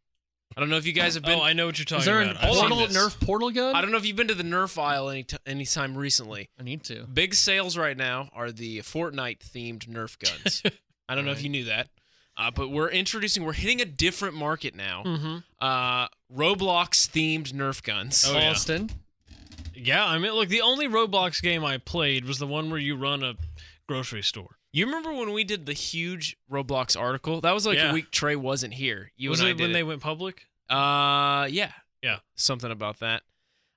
Speaker 4: I don't know if you guys have been.
Speaker 3: oh, I know what you're talking
Speaker 2: Is there
Speaker 3: about.
Speaker 2: an
Speaker 3: I've seen
Speaker 2: portal
Speaker 3: this.
Speaker 2: Nerf portal
Speaker 3: Oh,
Speaker 2: gun?
Speaker 3: um,
Speaker 4: I don't know if you've been to the Nerf aisle any t- anytime recently.
Speaker 2: I need to.
Speaker 4: Big sales right now are the Fortnite themed Nerf
Speaker 3: <laughs>
Speaker 4: guns. I don't know if
Speaker 2: Right.
Speaker 4: you knew that, uh, but we're introducing. We're hitting a different market
Speaker 2: <laughs>
Speaker 4: now.
Speaker 2: Mm-hmm.
Speaker 3: Mhm.
Speaker 4: Uh, Roblox themed Nerf guns.
Speaker 3: Oh, yeah.
Speaker 2: Austin.
Speaker 3: Yeah, I mean, look, the only Roblox game I played was the one where you run a grocery store.
Speaker 4: You remember when we did the huge Roblox article? That was like
Speaker 3: Yeah.
Speaker 4: a week Trey wasn't here. You
Speaker 3: was
Speaker 4: and I
Speaker 3: it
Speaker 4: did
Speaker 3: when
Speaker 4: it.
Speaker 3: they went public?
Speaker 4: Uh, yeah,
Speaker 3: Yeah.
Speaker 4: something about that.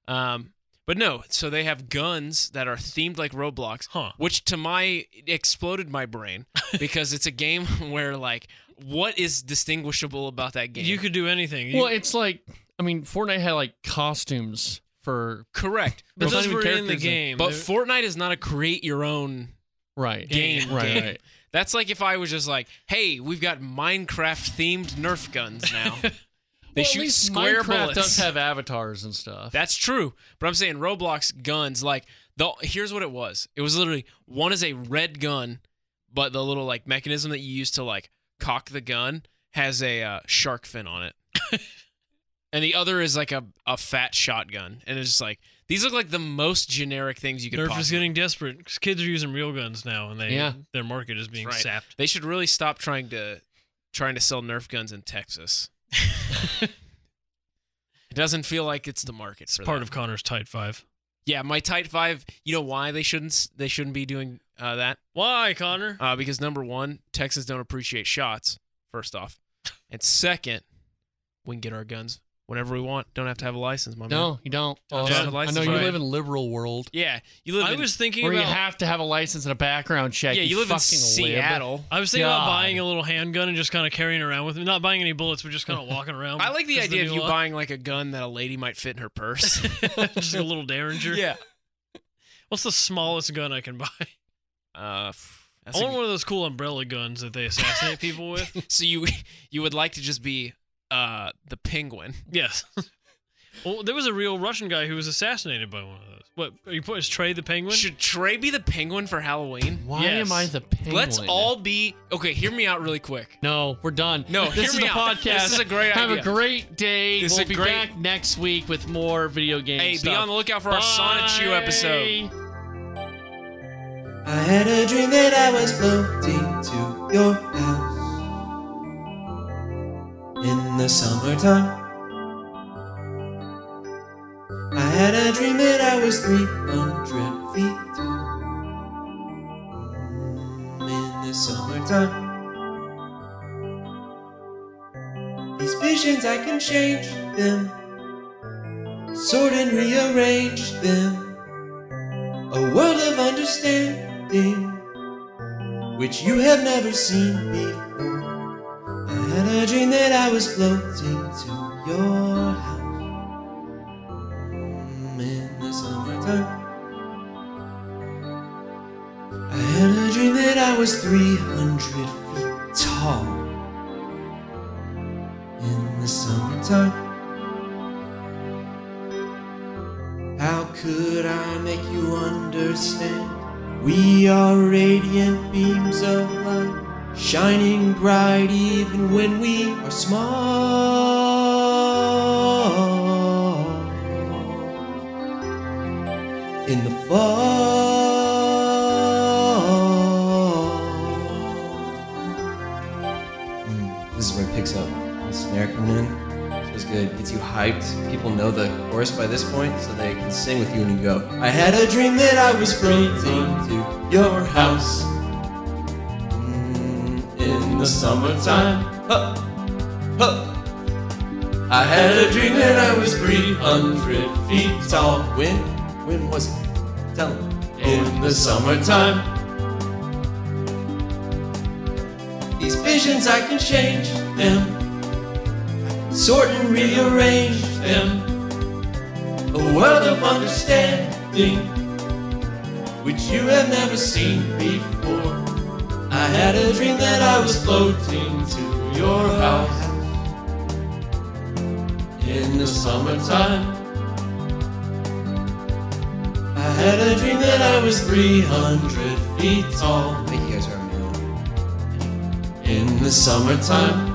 Speaker 4: Um, but no, so they have guns that are themed like Roblox,
Speaker 3: Huh.
Speaker 4: which to my it exploded my
Speaker 2: <laughs>
Speaker 4: brain because it's a game <laughs> where like what is distinguishable about that game?
Speaker 3: You could do anything. You,
Speaker 2: Well, it's like I mean, Fortnite had like costumes for
Speaker 4: correct,
Speaker 3: but
Speaker 2: there's not
Speaker 3: those
Speaker 2: even
Speaker 3: were in the
Speaker 2: characters in-
Speaker 3: game.
Speaker 4: but
Speaker 3: They're-
Speaker 4: Fortnite is not a create your own
Speaker 2: right
Speaker 4: Game,
Speaker 2: Right,
Speaker 4: game.
Speaker 2: right. <laughs>
Speaker 4: That's like if I was just like, hey, we've got Minecraft themed Nerf guns now. They
Speaker 2: Well, at
Speaker 4: shoot
Speaker 2: least
Speaker 4: square
Speaker 2: Minecraft
Speaker 4: bullets.
Speaker 2: does have avatars and stuff.
Speaker 4: That's true. But I'm saying Roblox guns, like the here's what it was. It was literally one is a red gun, but the little like mechanism that you use to like cock the gun has a uh, shark fin on
Speaker 3: <laughs>
Speaker 4: it. and the other is like a, a fat shotgun. And it's just like these look like the most generic things you could
Speaker 3: Nerf is
Speaker 4: possibly.
Speaker 3: getting desperate 'cause kids are using real guns now, and they
Speaker 2: Yeah.
Speaker 3: their market is being
Speaker 4: That's
Speaker 3: sapped.
Speaker 4: They should really stop trying to trying to sell Nerf guns
Speaker 3: <laughs>
Speaker 4: in Texas. it doesn't feel like it's the market.
Speaker 3: It's
Speaker 4: for
Speaker 3: part
Speaker 4: that.
Speaker 3: of Connor's tight five.
Speaker 4: yeah. My tight five. You know why they shouldn't s- they shouldn't be doing uh, that?
Speaker 3: Why, Connor?
Speaker 4: Uh, because number one, Texans don't appreciate shots, first off. And second, we can get our guns whenever we want. Don't have to have a license, my man.
Speaker 2: No, you don't.
Speaker 3: have
Speaker 4: Don't
Speaker 3: a
Speaker 2: Awesome. I
Speaker 4: license,
Speaker 2: know you
Speaker 3: right.
Speaker 2: live in liberal world
Speaker 4: Yeah. You live
Speaker 3: I
Speaker 4: in
Speaker 3: was thinking
Speaker 2: where you
Speaker 3: about.
Speaker 2: have to have a license and a background check.
Speaker 4: <laughs> Yeah, you live in
Speaker 2: fucking lib.
Speaker 4: Seattle.
Speaker 3: I was thinking about
Speaker 2: God.
Speaker 3: buying a little handgun and just kind of carrying around with me, not buying any bullets, but just kind of walking around.
Speaker 4: I like the
Speaker 3: 'cause
Speaker 4: idea of
Speaker 3: new
Speaker 4: you
Speaker 3: law.
Speaker 4: buying like a gun that a lady might fit in her purse.
Speaker 3: just a little derringer.
Speaker 4: yeah.
Speaker 3: What's the smallest gun I can buy?
Speaker 4: <laughs> Uh, f- that's
Speaker 3: I
Speaker 4: a
Speaker 3: want
Speaker 4: good-
Speaker 3: one of those cool umbrella guns that they assassinate people
Speaker 4: <laughs>
Speaker 3: with.
Speaker 4: so you you would like to just be uh the penguin.
Speaker 3: Yes. Well, there was a real Russian guy who was assassinated by one of those. What are you put is Trey the Penguin?
Speaker 4: Should Trey be the penguin for Halloween?
Speaker 2: Why
Speaker 3: Yes.
Speaker 2: am I the penguin?
Speaker 4: Let's all be Okay, hear me out really quick.
Speaker 2: No, we're done.
Speaker 4: No,
Speaker 2: this
Speaker 4: hear
Speaker 2: is
Speaker 4: me
Speaker 2: the
Speaker 4: out.
Speaker 2: podcast.
Speaker 4: This is a great
Speaker 2: Have
Speaker 4: idea.
Speaker 2: a great day.
Speaker 4: This is
Speaker 2: we'll
Speaker 4: a
Speaker 2: be
Speaker 4: great-
Speaker 2: back next week with more video games.
Speaker 4: Hey, be on the lookout for our Sonic
Speaker 2: Sonic
Speaker 4: Chew episode.
Speaker 5: I had a dream that I was floating to your house in the summertime. I had a dream that I was 300 feet tall Mm, in the summertime. These visions, I can change them, sort and rearrange them a world of understanding which you have never seen before. I had a dream that I was floating to your house Mm, in the summertime. I had a dream that I was 300 feet tall in the summertime. How could I make you understand? We are radiant beams of light, shining bright even when we are small. In the fall. Mm, this is where it picks up. The snare coming in was good. Gets you hyped. People know the chorus by this point, so they can sing with you and you go. I had a dream that I was floating to your house Mm, in the summertime. Huh. Huh. I had a dream that I was 300 feet tall. When? When was it? Tell 'em. In the summertime. These visions, I can change them sort and rearrange them. A world of understanding, which you have never seen before. I had a dream that I was floating to your house in the summertime. I had a dream that I was 300 feet tall. I think you guys are in the summertime.